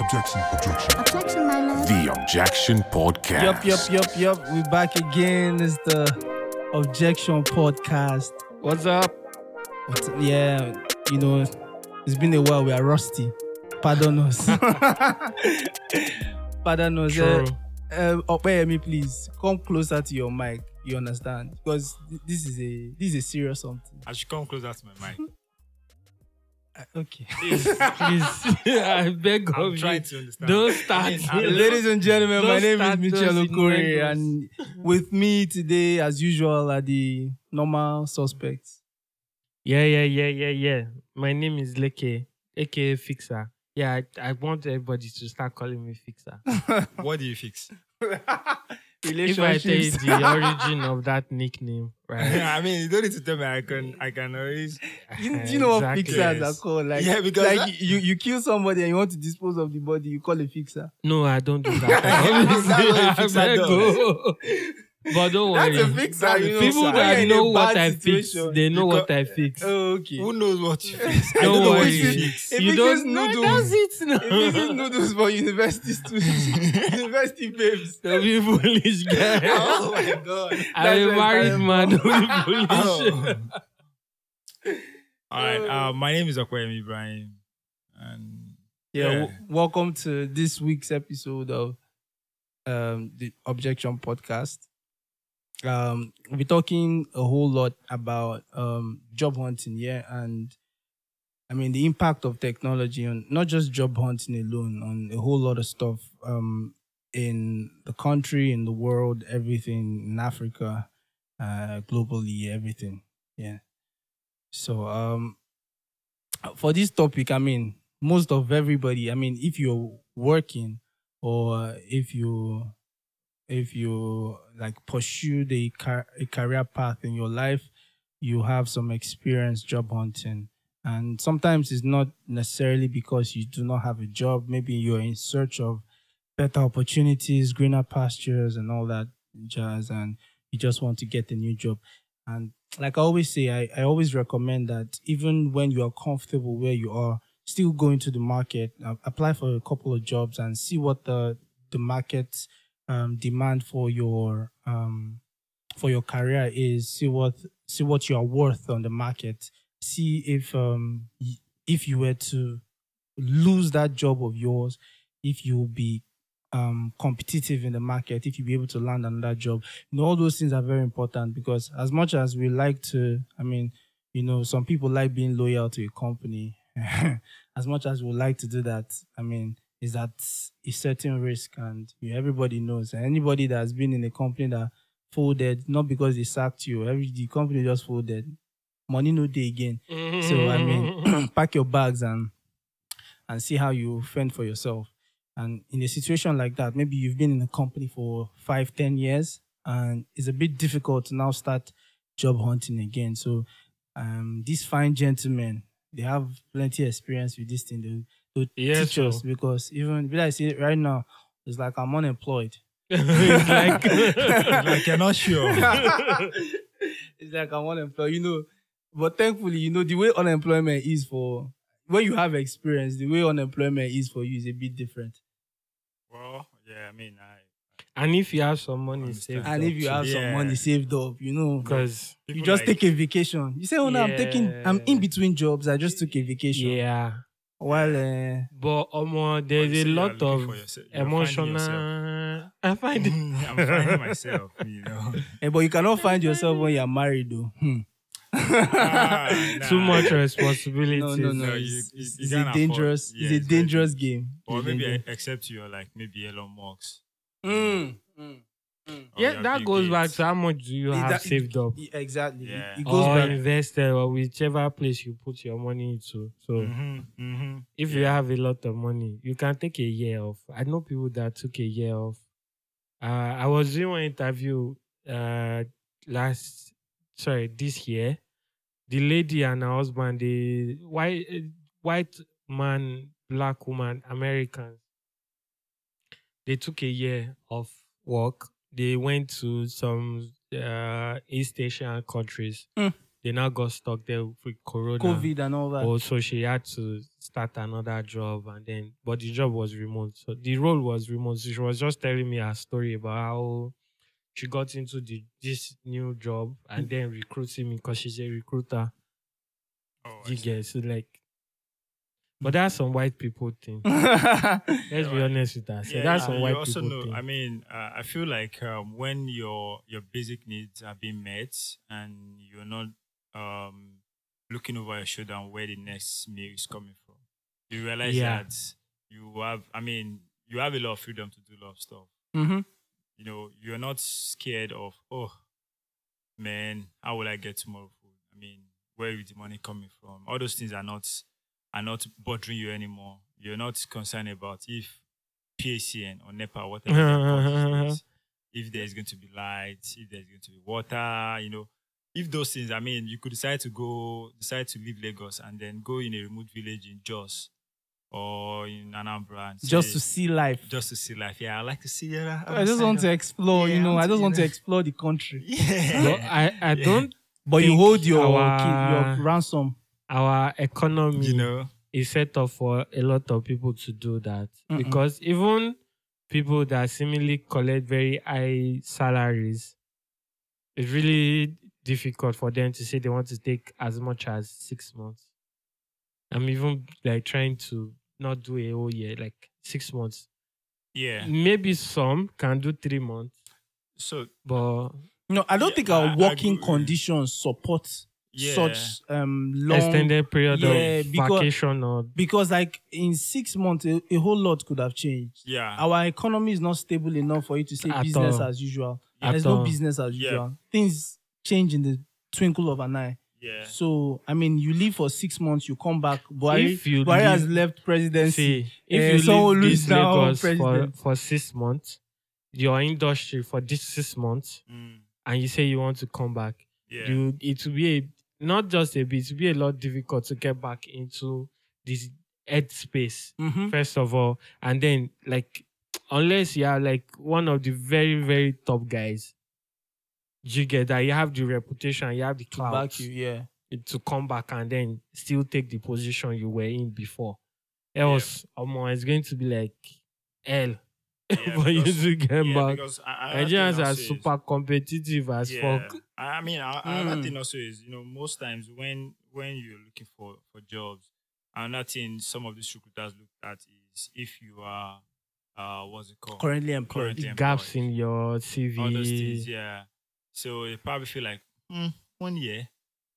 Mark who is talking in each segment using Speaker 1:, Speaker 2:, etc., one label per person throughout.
Speaker 1: Objection, objection.
Speaker 2: Objection, my lord.
Speaker 3: The Objection Podcast.
Speaker 4: Yup, yup, yup, yup. We back again. It's the Objection Podcast.
Speaker 5: What's up?
Speaker 4: But yeah, you know, it's been a while. We are rusty. Pardon us. Pardon us.
Speaker 5: True.
Speaker 4: Uh, uh, Opeyemi, please come closer to your mic. You understand? Because th- this is a this is a serious something.
Speaker 5: I should come closer to my mic.
Speaker 4: Uh, okay.
Speaker 5: Please,
Speaker 6: Please, I beg of
Speaker 5: I'm
Speaker 6: you.
Speaker 5: trying to understand.
Speaker 6: Don't start.
Speaker 4: Ladies and gentlemen, my
Speaker 6: Don't
Speaker 4: name is
Speaker 6: start
Speaker 4: Michel
Speaker 6: those
Speaker 4: Okori,
Speaker 6: innuendos.
Speaker 4: and with me today, as usual, are the normal suspects.
Speaker 6: Yeah, yeah, yeah, yeah, yeah. My name is Leke, aka Fixer. Yeah, I, I want everybody to start calling me Fixer.
Speaker 5: What do you fix?
Speaker 6: if I tell you the origin of that nickname, right?
Speaker 5: I mean, you don't need to tell me. I can, I can always.
Speaker 4: You, do you know what
Speaker 6: Exactly.
Speaker 4: fixers
Speaker 5: Yes.
Speaker 4: are called? Like,
Speaker 5: Yeah, because
Speaker 4: like
Speaker 5: that-
Speaker 4: you, you kill somebody and you want to dispose of the body, you call a fixer.
Speaker 6: No, I don't do that.
Speaker 5: That's not what a fixer
Speaker 6: I beg
Speaker 5: does.
Speaker 6: of- but don't worry.
Speaker 5: That's a
Speaker 4: you know,
Speaker 6: People
Speaker 4: sir. When
Speaker 5: fixer.
Speaker 4: you're
Speaker 6: that
Speaker 4: in a
Speaker 6: know what
Speaker 4: bad
Speaker 6: I fix,
Speaker 4: situation-
Speaker 6: they know
Speaker 5: you
Speaker 6: what I fix.
Speaker 4: Oh, okay.
Speaker 5: Who knows what you fix?
Speaker 6: Don't
Speaker 5: I don't know what
Speaker 6: worry.
Speaker 5: you fix.
Speaker 4: If
Speaker 6: you
Speaker 4: it is
Speaker 6: don't
Speaker 4: noodles-
Speaker 6: That's it now.
Speaker 4: If this is noodles for university students, university babes.
Speaker 6: Don't be foolish, guy.
Speaker 5: Oh my god!
Speaker 6: I'm
Speaker 4: why
Speaker 6: a
Speaker 4: I
Speaker 6: married
Speaker 4: am-
Speaker 6: man. Don't be foolish.
Speaker 5: Oh. All right. Uh, my name is Okwem Ibrahim, and
Speaker 4: Yeah,
Speaker 5: Yeah.
Speaker 4: w- welcome to this week's episode of um, the Objection Podcast. Um, we'll be talking a whole lot about um, job hunting, yeah, and I mean the impact of technology on not just job hunting alone, on a whole lot of stuff um, in the country, in the world, everything in Africa, uh, globally, everything, yeah. So, um, for this topic, I mean, most of everybody, I mean, if you're working or if you if you like pursue the car- a career path in your life, you have some experience job hunting. And sometimes it's not necessarily because you do not have a job. Maybe you're in search of better opportunities, greener pastures, and all that jazz. And you just want to get a new job. And like I always say, I, I always recommend that even when you are comfortable where you are, still go into the market, uh, apply for a couple of jobs, and see what the the market um, demand for your um, for your career is. See what see what you are worth on the market. See if um, y- if you were to lose that job of yours, if you'll be um, competitive in the market, if you'll be able to land another job you know, all those things are very important because as much as we like to, I mean, you know, some people like being loyal to a company. as much as we like to do that, I mean, is that a certain risk, and you, everybody knows. And anybody that has been in a company that folded, not because they sacked you, every the company just folded. Money no day again. So I mean, pack your bags and and see how you fend for yourself. And in a situation like that, maybe you've been in a company for five, ten years, and it's a bit difficult to now start job hunting again. So um, these fine gentlemen, they have plenty of experience with this thing. They they
Speaker 6: Yes,
Speaker 4: teach us
Speaker 6: sir.
Speaker 4: because even like I say right now, it's like I'm unemployed.
Speaker 6: It's like
Speaker 5: like you're not sure.
Speaker 4: it's like I'm unemployed, you know. But thankfully, you know, the way unemployment is for when you have experience, the way unemployment is for you is a bit different.
Speaker 5: Well, yeah. I mean, I
Speaker 6: and if you have some money
Speaker 5: Understand.
Speaker 6: saved,
Speaker 4: And if you have some
Speaker 5: Yeah.
Speaker 4: money saved up, you know,
Speaker 6: because
Speaker 4: you just take a vacation. You say, Oh no, I'm taking I'm in
Speaker 6: Yeah.
Speaker 4: between jobs, I just took a vacation.
Speaker 6: yeah,
Speaker 4: While uh,
Speaker 6: but um, there's a lot of emotional. I find it.
Speaker 5: I'm finding myself, you know.
Speaker 4: eh, but you cannot find yourself when you're married though. Hmm.
Speaker 5: Ah,
Speaker 6: Too
Speaker 5: nah.
Speaker 6: much
Speaker 4: No,
Speaker 6: responsibility.
Speaker 4: no, no.
Speaker 5: No, you-
Speaker 4: It's,
Speaker 5: you-
Speaker 4: it's-
Speaker 5: you
Speaker 4: it's
Speaker 5: can't
Speaker 4: a
Speaker 5: afford-
Speaker 4: dangerous,
Speaker 5: yeah,
Speaker 4: it's a
Speaker 5: it's very
Speaker 4: dangerous game.
Speaker 5: Or
Speaker 4: It's
Speaker 5: maybe
Speaker 4: dangerous.
Speaker 5: except you're like maybe Elon Musk.
Speaker 4: Mm, mm.
Speaker 5: or
Speaker 6: Yeah,
Speaker 5: you're
Speaker 6: that
Speaker 5: Bill
Speaker 6: goes back
Speaker 5: Gates.
Speaker 6: to how much do you
Speaker 4: It-
Speaker 6: have
Speaker 4: that-
Speaker 6: saved up, Oh,
Speaker 4: Yeah, Exactly. It-
Speaker 5: Yeah.
Speaker 4: It goes
Speaker 6: or
Speaker 4: back.
Speaker 6: invested, or whichever place you put your money into. So
Speaker 4: Mm.
Speaker 5: Mhm, mhm.
Speaker 6: if you have a lot of money, you can take a year off. I know people that took a year off. Uh, I was doing one interview uh, last, sorry, this year. The lady and her husband, the white eh, white man, black woman, Americans, they took a year of work. They went to some uh, East Asian countries.
Speaker 4: Mm.
Speaker 6: they now got stuck there with corona.
Speaker 4: COVID and all that.
Speaker 6: Also, she had to start another job, and then but the job was remote, so the role was remote. So she was just telling me her story about how she got into the this new job and then recruiting me because she's a recruiter.
Speaker 5: Oh,
Speaker 6: You get so like, but that's some white people thing. Let's be
Speaker 5: Yeah.
Speaker 6: honest with that. So
Speaker 5: Yeah,
Speaker 6: that's
Speaker 5: you-
Speaker 6: some
Speaker 5: you
Speaker 6: white
Speaker 5: also
Speaker 6: people
Speaker 5: know.
Speaker 6: thing.
Speaker 5: I mean, uh, I feel like um, when your your basic needs are being met and you're not um, looking over your shoulder on where the next meal is coming from, you realize
Speaker 6: Yeah.
Speaker 5: that you have. I mean, you have a lot of freedom to do a lot of stuff.
Speaker 4: hmm
Speaker 5: You know, you're not scared of oh, man, how will I get tomorrow food? I mean, where is the money coming from? All those things are not are not bothering you anymore. You're not concerned about if PACN or NEPA, whatever they call these things, if there's going to be light, if there's going to be water, you know. If those things, I mean, you could decide to go, decide to leave Lagos and then go in a remote village in Jos or in Anambra. And
Speaker 4: Just
Speaker 5: say-
Speaker 4: to see life.
Speaker 5: just to see life. Yeah, I like to see. Yeah,
Speaker 4: I just want to explore,
Speaker 5: Yeah,
Speaker 4: you know. I
Speaker 5: I
Speaker 4: just want
Speaker 5: want
Speaker 4: to
Speaker 5: to-
Speaker 4: explore the country.
Speaker 5: Yeah.
Speaker 6: But I, I
Speaker 5: Yeah.
Speaker 6: don't
Speaker 4: But you
Speaker 6: Think
Speaker 4: hold your
Speaker 6: our-
Speaker 4: kid- your ransom.
Speaker 6: our economy
Speaker 5: you know.
Speaker 6: is set up for a lot of people to do that
Speaker 4: Mm-mm.
Speaker 6: because even people that seemingly collect very high salaries, it's really difficult for them to say they want to take as much as six months. I'm even like trying to not do a whole year, like six months.
Speaker 5: Yeah.
Speaker 6: Maybe some can do three months,
Speaker 5: So
Speaker 6: but
Speaker 4: No, I don't
Speaker 5: Yeah,
Speaker 4: think our
Speaker 5: I- I
Speaker 4: working
Speaker 5: agree.
Speaker 4: conditions support
Speaker 5: yeah.
Speaker 4: such um long
Speaker 6: extended period
Speaker 4: Yeah,
Speaker 6: of
Speaker 4: because-
Speaker 6: vacation or
Speaker 4: because like in six months a, a whole lot could have changed.
Speaker 5: Yeah.
Speaker 4: Our economy is not stable enough for you to say
Speaker 6: At
Speaker 4: business
Speaker 6: all.
Speaker 4: as usual.
Speaker 6: At
Speaker 4: There's no
Speaker 6: all.
Speaker 4: business as
Speaker 5: Yeah.
Speaker 4: usual. Things change in the twinkle of an eye.
Speaker 5: yeah.
Speaker 4: So I mean, you leave for six months, you come back. Buhari,
Speaker 6: If you
Speaker 4: Buhari
Speaker 6: leave-
Speaker 4: has left presidency.
Speaker 6: See,
Speaker 4: Eh,
Speaker 6: if you
Speaker 4: someone
Speaker 6: leave
Speaker 4: lose
Speaker 6: this
Speaker 4: down
Speaker 6: Lagos for,
Speaker 4: president.
Speaker 6: for six months, your industry for this six months,
Speaker 5: Mm,
Speaker 6: and you say you want to come back,
Speaker 5: yeah.
Speaker 6: you it will be a, not just a bit, it will be a lot difficult to get back into this head space
Speaker 4: Mhm.
Speaker 6: first of all, and then like unless you are like one of the very very top guys, you get that you have the reputation, you have the clout
Speaker 4: Back you, yeah.
Speaker 6: to come back and then still take the position you were in before. Else, Omo, it's going to be like hell
Speaker 5: Yeah,
Speaker 6: for you
Speaker 5: because-
Speaker 6: to get
Speaker 5: yeah,
Speaker 6: back.
Speaker 5: because I- I- another thing
Speaker 6: Nigerians are
Speaker 5: also is-
Speaker 6: super competitive as fuck.
Speaker 5: I I mean, I, another
Speaker 4: Mm.
Speaker 5: thing also is you know most times when when you're looking for for jobs, another thing some of these recruiters look at is if you are uh what's it called
Speaker 4: Currently employed.
Speaker 5: Currently
Speaker 6: Gaps
Speaker 5: employed.
Speaker 6: in your
Speaker 5: all those
Speaker 6: CV.
Speaker 5: things, yeah. So they probably feel like hmm, one year,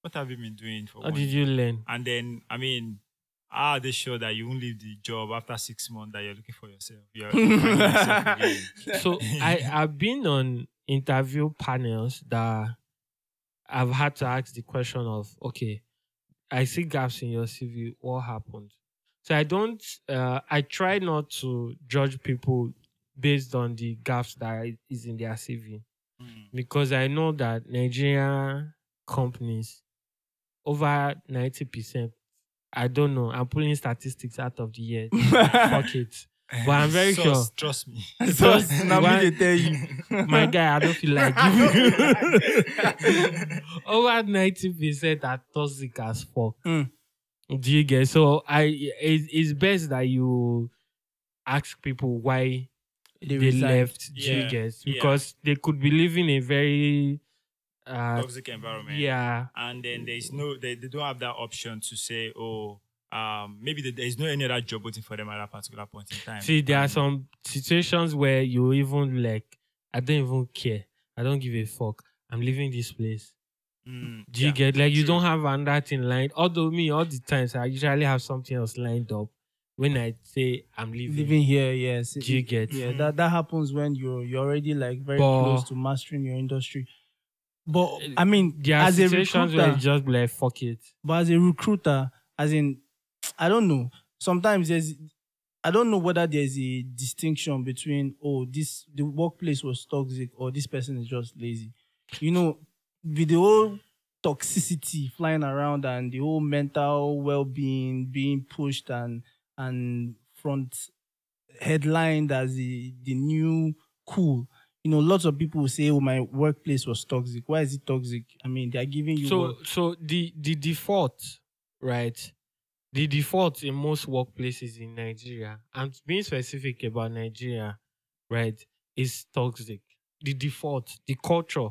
Speaker 5: what have you been doing for
Speaker 6: How
Speaker 5: one
Speaker 6: did
Speaker 5: year?
Speaker 6: you learn?
Speaker 5: And then, I mean, how are they sure that you won't leave the job after six months that you're looking for yourself? You're you're finding yourself again.
Speaker 6: so I, I've been on interview panels that I've had to ask the question of, okay, I see gaps in your CV. What happened? So I don't. Uh, I try not to judge people based on the gaps that is in their CV
Speaker 5: Mm,
Speaker 6: because I know that Nigerian companies over ninety percent. I don't know. I'm pulling statistics out of the year. Fuck it. But I'm very
Speaker 5: Sus,
Speaker 6: sure.
Speaker 5: Trust me.
Speaker 4: So now
Speaker 6: why-
Speaker 4: me they tell you.
Speaker 6: my guy, I don't feel like giving over ninety percent are toxic as fuck.
Speaker 4: Mm.
Speaker 6: Do you get? So I, it, it's best that you ask people why they, left. Do
Speaker 5: Yeah,
Speaker 6: you get?
Speaker 5: yeah.
Speaker 6: Because they could be living a very, uh,
Speaker 5: Toxic environment.
Speaker 6: yeah,
Speaker 5: And then there's no, they, they don't have that option to say, oh, um, maybe the, there's no any other job waiting for them at that particular point in time.
Speaker 6: See, there are
Speaker 5: And-
Speaker 6: some situations where you even like, I don't even care. I don't give a fuck. I'm leaving this place.
Speaker 5: Mm,
Speaker 6: Do you
Speaker 5: yeah,
Speaker 6: get like you
Speaker 5: true.
Speaker 6: don't have another thing lined? Although me, all the times I usually have something else lined up when I say I'm leaving.
Speaker 4: Living here, yes.
Speaker 6: Do you get?
Speaker 4: Yeah, that, that happens when you're you're already like very
Speaker 6: But-
Speaker 4: close to mastering your industry. But I mean,
Speaker 6: There are
Speaker 4: as a
Speaker 6: situations where
Speaker 4: recruiter,
Speaker 6: it's just be like fuck it.
Speaker 4: but as a recruiter, as in, I don't know. Sometimes there's, I don't know whether there's a distinction between oh this the workplace was toxic or this person is just lazy. You know, with the whole toxicity flying around and the whole mental well-being being pushed and and front headlined as the the new cool. you know, lots of people will say, "Oh, my workplace was toxic." Why is it toxic? I mean, they are giving you.
Speaker 6: so
Speaker 4: work.
Speaker 6: so the the default right the default in most workplaces in nigeria and being specific about nigeria right is toxic the default the culture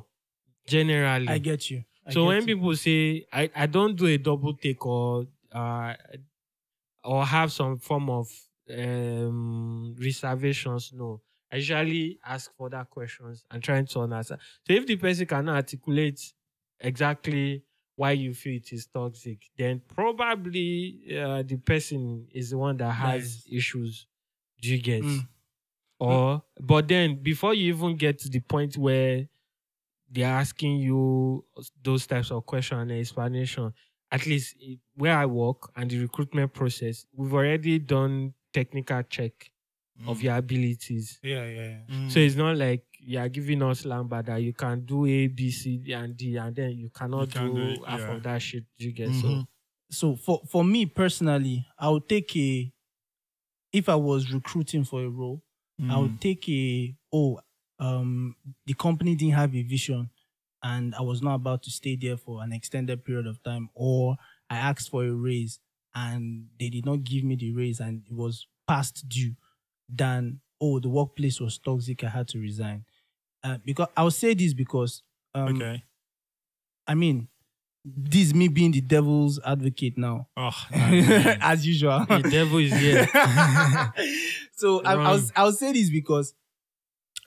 Speaker 6: generally
Speaker 4: I get you. I
Speaker 6: so
Speaker 4: get
Speaker 6: when
Speaker 4: you.
Speaker 6: people say I, I don't do a double take or uh, or have some form of um, reservations, no. I usually ask further questions and trying to understand. So if the person cannot articulate exactly why you feel it is toxic, then probably uh, the person is the one that has issues. Do you get?
Speaker 4: Mm.
Speaker 6: Or but then before you even get to the point where they're asking you those types of questions and explanation, at least i- where I work and the recruitment process, we've already done technical check
Speaker 4: Mm.
Speaker 6: of your abilities.
Speaker 4: yeah, yeah, yeah.
Speaker 5: Mm,
Speaker 6: So it's not like you are giving us lamba that you can do A, B, C, D, and D, and then you cannot
Speaker 5: can
Speaker 6: do,
Speaker 5: do it,
Speaker 6: half
Speaker 5: yeah.
Speaker 6: of that shit. You get so
Speaker 5: Mhm.
Speaker 4: So for for me personally, I would take a. If I was recruiting for a role,
Speaker 5: mm,
Speaker 4: I
Speaker 6: Mm.
Speaker 4: would take a oh um the company didn't have a vision and I was not about to stay there for an extended period of time or I asked for a raise and they did not give me the raise and it was past due than oh the workplace was toxic I had to resign uh, because I'll say this because um,
Speaker 5: okay.
Speaker 4: I mean this is me being the devil's advocate now
Speaker 5: Oh, man.
Speaker 4: as usual
Speaker 6: the devil is here.
Speaker 4: so I, I'll,
Speaker 6: Wrong.
Speaker 4: I'll say this because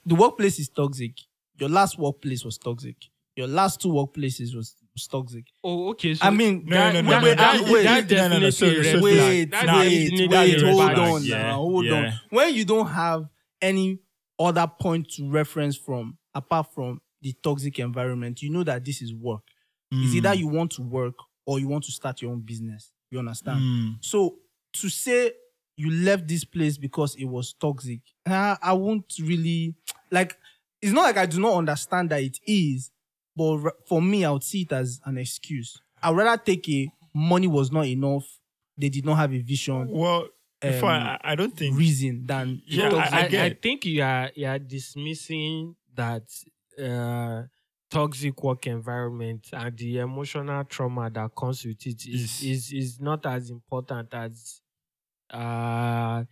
Speaker 4: the workplace is toxic. Your last workplace was toxic. Your last two workplaces was, was toxic.
Speaker 6: Oh, okay. So
Speaker 4: I mean,
Speaker 5: No, no, no, no,
Speaker 6: that,
Speaker 5: no,
Speaker 6: that,
Speaker 5: no, wait,
Speaker 6: that
Speaker 5: no, no, no,
Speaker 6: definitely
Speaker 5: sorry,
Speaker 6: red
Speaker 5: sorry,
Speaker 6: flag.
Speaker 4: wait,
Speaker 6: That
Speaker 4: wait,
Speaker 6: definitely
Speaker 4: wait,
Speaker 6: red
Speaker 4: hold
Speaker 6: flag.
Speaker 4: on
Speaker 5: Yeah,
Speaker 4: now, hold on.
Speaker 5: yeah.
Speaker 4: When you don't have any other point to reference from apart from the toxic environment, you know that this is work. It's either
Speaker 5: Hmm.
Speaker 4: you want to work or you want to start your own business. You understand?
Speaker 5: Mm.
Speaker 4: So to say you left this place because it was toxic, I, I won't really like. It's not like I do not understand that it is, but r- for me, I would see it as an excuse. I'd rather take a money was not enough. They did not have a vision,
Speaker 5: mm. Well, before
Speaker 4: um,
Speaker 5: I, I don't think.
Speaker 4: reason than the
Speaker 5: Yeah,
Speaker 4: toxic-
Speaker 5: I
Speaker 6: I, I,
Speaker 5: get it.
Speaker 6: think you are you are dismissing that uh, toxic work environment and the emotional trauma that comes with it is
Speaker 5: Yes.
Speaker 6: is, is not as important as uh,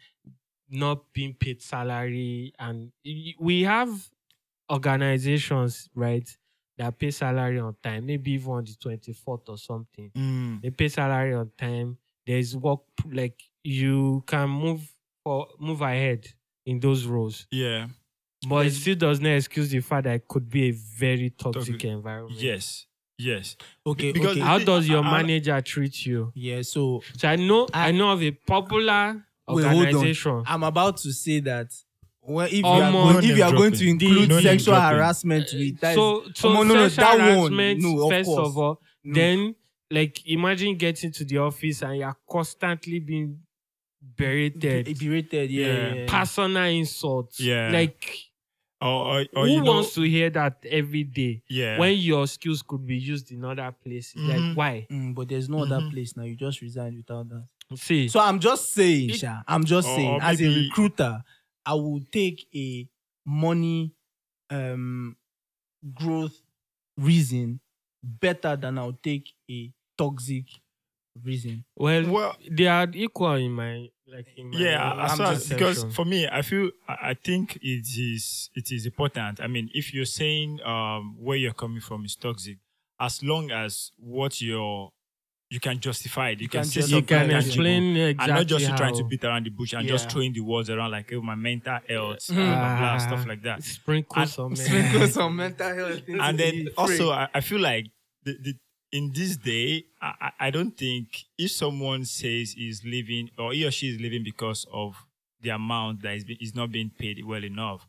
Speaker 6: not being paid salary and y- we have organizations right that pay salary on time maybe even on the 24th or something
Speaker 5: Mm.
Speaker 6: they pay salary on time. There's work like you can move for move ahead in those roles,
Speaker 5: Yeah.
Speaker 6: but it still does not excuse the fact that it could be a very toxic
Speaker 5: Toxic.
Speaker 6: environment.
Speaker 5: Yes. Yes.
Speaker 4: okay,
Speaker 5: because
Speaker 4: okay.
Speaker 5: I-
Speaker 6: How does your
Speaker 5: I- I-
Speaker 6: manager treat you?
Speaker 4: yeah. So
Speaker 6: So I know I,
Speaker 4: I-
Speaker 6: know of a popular
Speaker 4: Wait, hold on.
Speaker 6: organization.
Speaker 4: I'm about to say that. Well, if you
Speaker 6: Omo.
Speaker 4: are, going,
Speaker 5: No
Speaker 4: if you are
Speaker 5: name
Speaker 4: going to
Speaker 5: dropping.
Speaker 4: include
Speaker 5: No name
Speaker 4: sexual
Speaker 5: dropping. Eh,
Speaker 4: harassment, with that is-
Speaker 6: so so
Speaker 4: Omo, no, no,
Speaker 6: sexual
Speaker 4: that one,
Speaker 6: harassment
Speaker 4: no, of
Speaker 6: first
Speaker 4: course.
Speaker 6: of all.
Speaker 4: No.
Speaker 6: Then like imagine getting to the office and you are constantly being berated.
Speaker 4: berated, yeah,
Speaker 5: Yeah.
Speaker 4: yeah. yeah.
Speaker 6: personal insults.
Speaker 5: Yeah.
Speaker 6: Like
Speaker 5: Or, or, or
Speaker 6: who
Speaker 5: you know,
Speaker 6: wants to hear that every day
Speaker 5: yeah.
Speaker 6: when your skills could be used in other places? Like
Speaker 5: Mhm.
Speaker 6: why?
Speaker 4: Mm, but there's no other
Speaker 5: Mhm.
Speaker 4: place now. You just resign without that.
Speaker 6: See,
Speaker 4: So I'm just saying,
Speaker 6: It-
Speaker 4: Sha, I'm just
Speaker 5: Or- Oh,
Speaker 4: saying,
Speaker 5: or
Speaker 4: as a
Speaker 5: maybe-
Speaker 4: recruiter, I will take a money um growth reason better than I'll take a toxic reason.
Speaker 6: well,
Speaker 5: well,
Speaker 6: they are equal in my like in my
Speaker 5: yeah
Speaker 6: own
Speaker 5: as far as, because
Speaker 6: perception.
Speaker 5: for me i feel i I think it is it is important i mean if you're saying um where you're coming from is toxic as long as what you're you can justify it you,
Speaker 4: can
Speaker 5: can, say
Speaker 4: justify
Speaker 6: you
Speaker 5: something
Speaker 6: can
Speaker 5: tangible.
Speaker 6: explain exactly
Speaker 5: and not just
Speaker 6: how.
Speaker 5: trying to beat around the bush and
Speaker 6: Yeah.
Speaker 5: just throwing the words around like oh my mental health
Speaker 4: Mm.
Speaker 5: blah, blah, blah,
Speaker 6: Ah.
Speaker 5: stuff like that
Speaker 6: sprinkle
Speaker 5: And-
Speaker 6: some eh,
Speaker 4: Sprinkle some mental health. things
Speaker 5: and
Speaker 4: in
Speaker 5: then
Speaker 4: it.
Speaker 5: also
Speaker 4: Freak.
Speaker 5: I, I feel like the, the in this day I, I I don't think if someone says he's leaving or he or she is leaving because of the amount that is, be- is not being paid well enough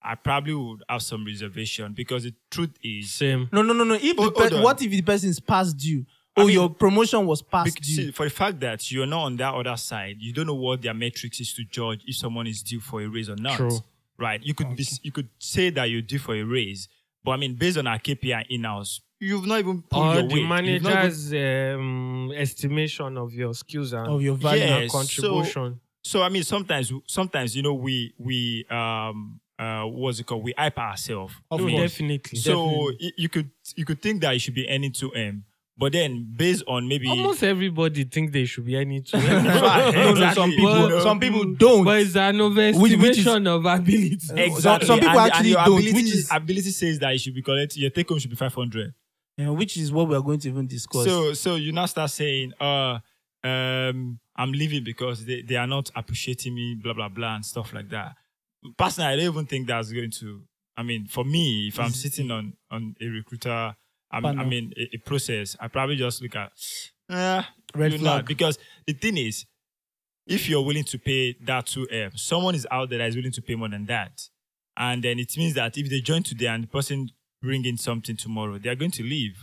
Speaker 5: i probably would have some reservation because the truth is
Speaker 6: same.
Speaker 4: no, no, no, no. If the
Speaker 5: Hold- hold
Speaker 4: per-
Speaker 5: on.
Speaker 4: what if the person is past due?
Speaker 5: I
Speaker 4: Oh,
Speaker 5: mean-
Speaker 4: your promotion was past
Speaker 5: bec-
Speaker 4: due.
Speaker 5: see, for the fact that you're not on that other side you don't know what their metrics is to judge if someone is due for a raise or not
Speaker 6: True.
Speaker 5: right you could be you could say that you're due for a raise but i mean based on our kpi in-house you've not even pulled
Speaker 6: Or the
Speaker 5: your weight. You've not even-
Speaker 6: manager's um, estimation of your skills and
Speaker 4: Of your
Speaker 5: value.
Speaker 6: and
Speaker 5: Yeah, so-
Speaker 6: contribution.
Speaker 5: so i mean sometimes sometimes you know we we um uh, what's it called? We hype ourselves.
Speaker 4: Of
Speaker 6: no,
Speaker 4: course.
Speaker 6: definitely.
Speaker 5: So
Speaker 6: definitely.
Speaker 5: y- you could you could think that it should be any two M, but then based on maybe
Speaker 6: almost everybody think they should be any two.
Speaker 5: Right,
Speaker 4: No, no, some
Speaker 5: Exactly.
Speaker 4: people,
Speaker 5: Well,
Speaker 4: some people don't.
Speaker 6: But it's an overestimation
Speaker 4: which is-
Speaker 6: of ability.
Speaker 5: exactly
Speaker 4: some people
Speaker 5: and, and
Speaker 4: actually
Speaker 5: your
Speaker 4: don't,
Speaker 5: ability,
Speaker 4: which is-
Speaker 5: ability says that it should be collected. Your take home should be five hundred.
Speaker 4: Yeah, which is what we are going to even discuss.
Speaker 5: So so you now start saying, uh, um, I'm leaving because they, they are not appreciating me, blah blah blah, and stuff like that. Personally, I don't even think that's going to. I mean, for me, if I'm sitting on on a recruiter, I'm, I
Speaker 4: Mm-hmm. Panel.
Speaker 5: mean, a, a process, I probably just look at, uh,
Speaker 4: Red
Speaker 5: you know,
Speaker 4: flag.
Speaker 5: because the thing is, if you're willing to pay that two M, someone is out there that is willing to pay more than that, and then it means that if they join today and the person bring in something tomorrow, they are going to leave,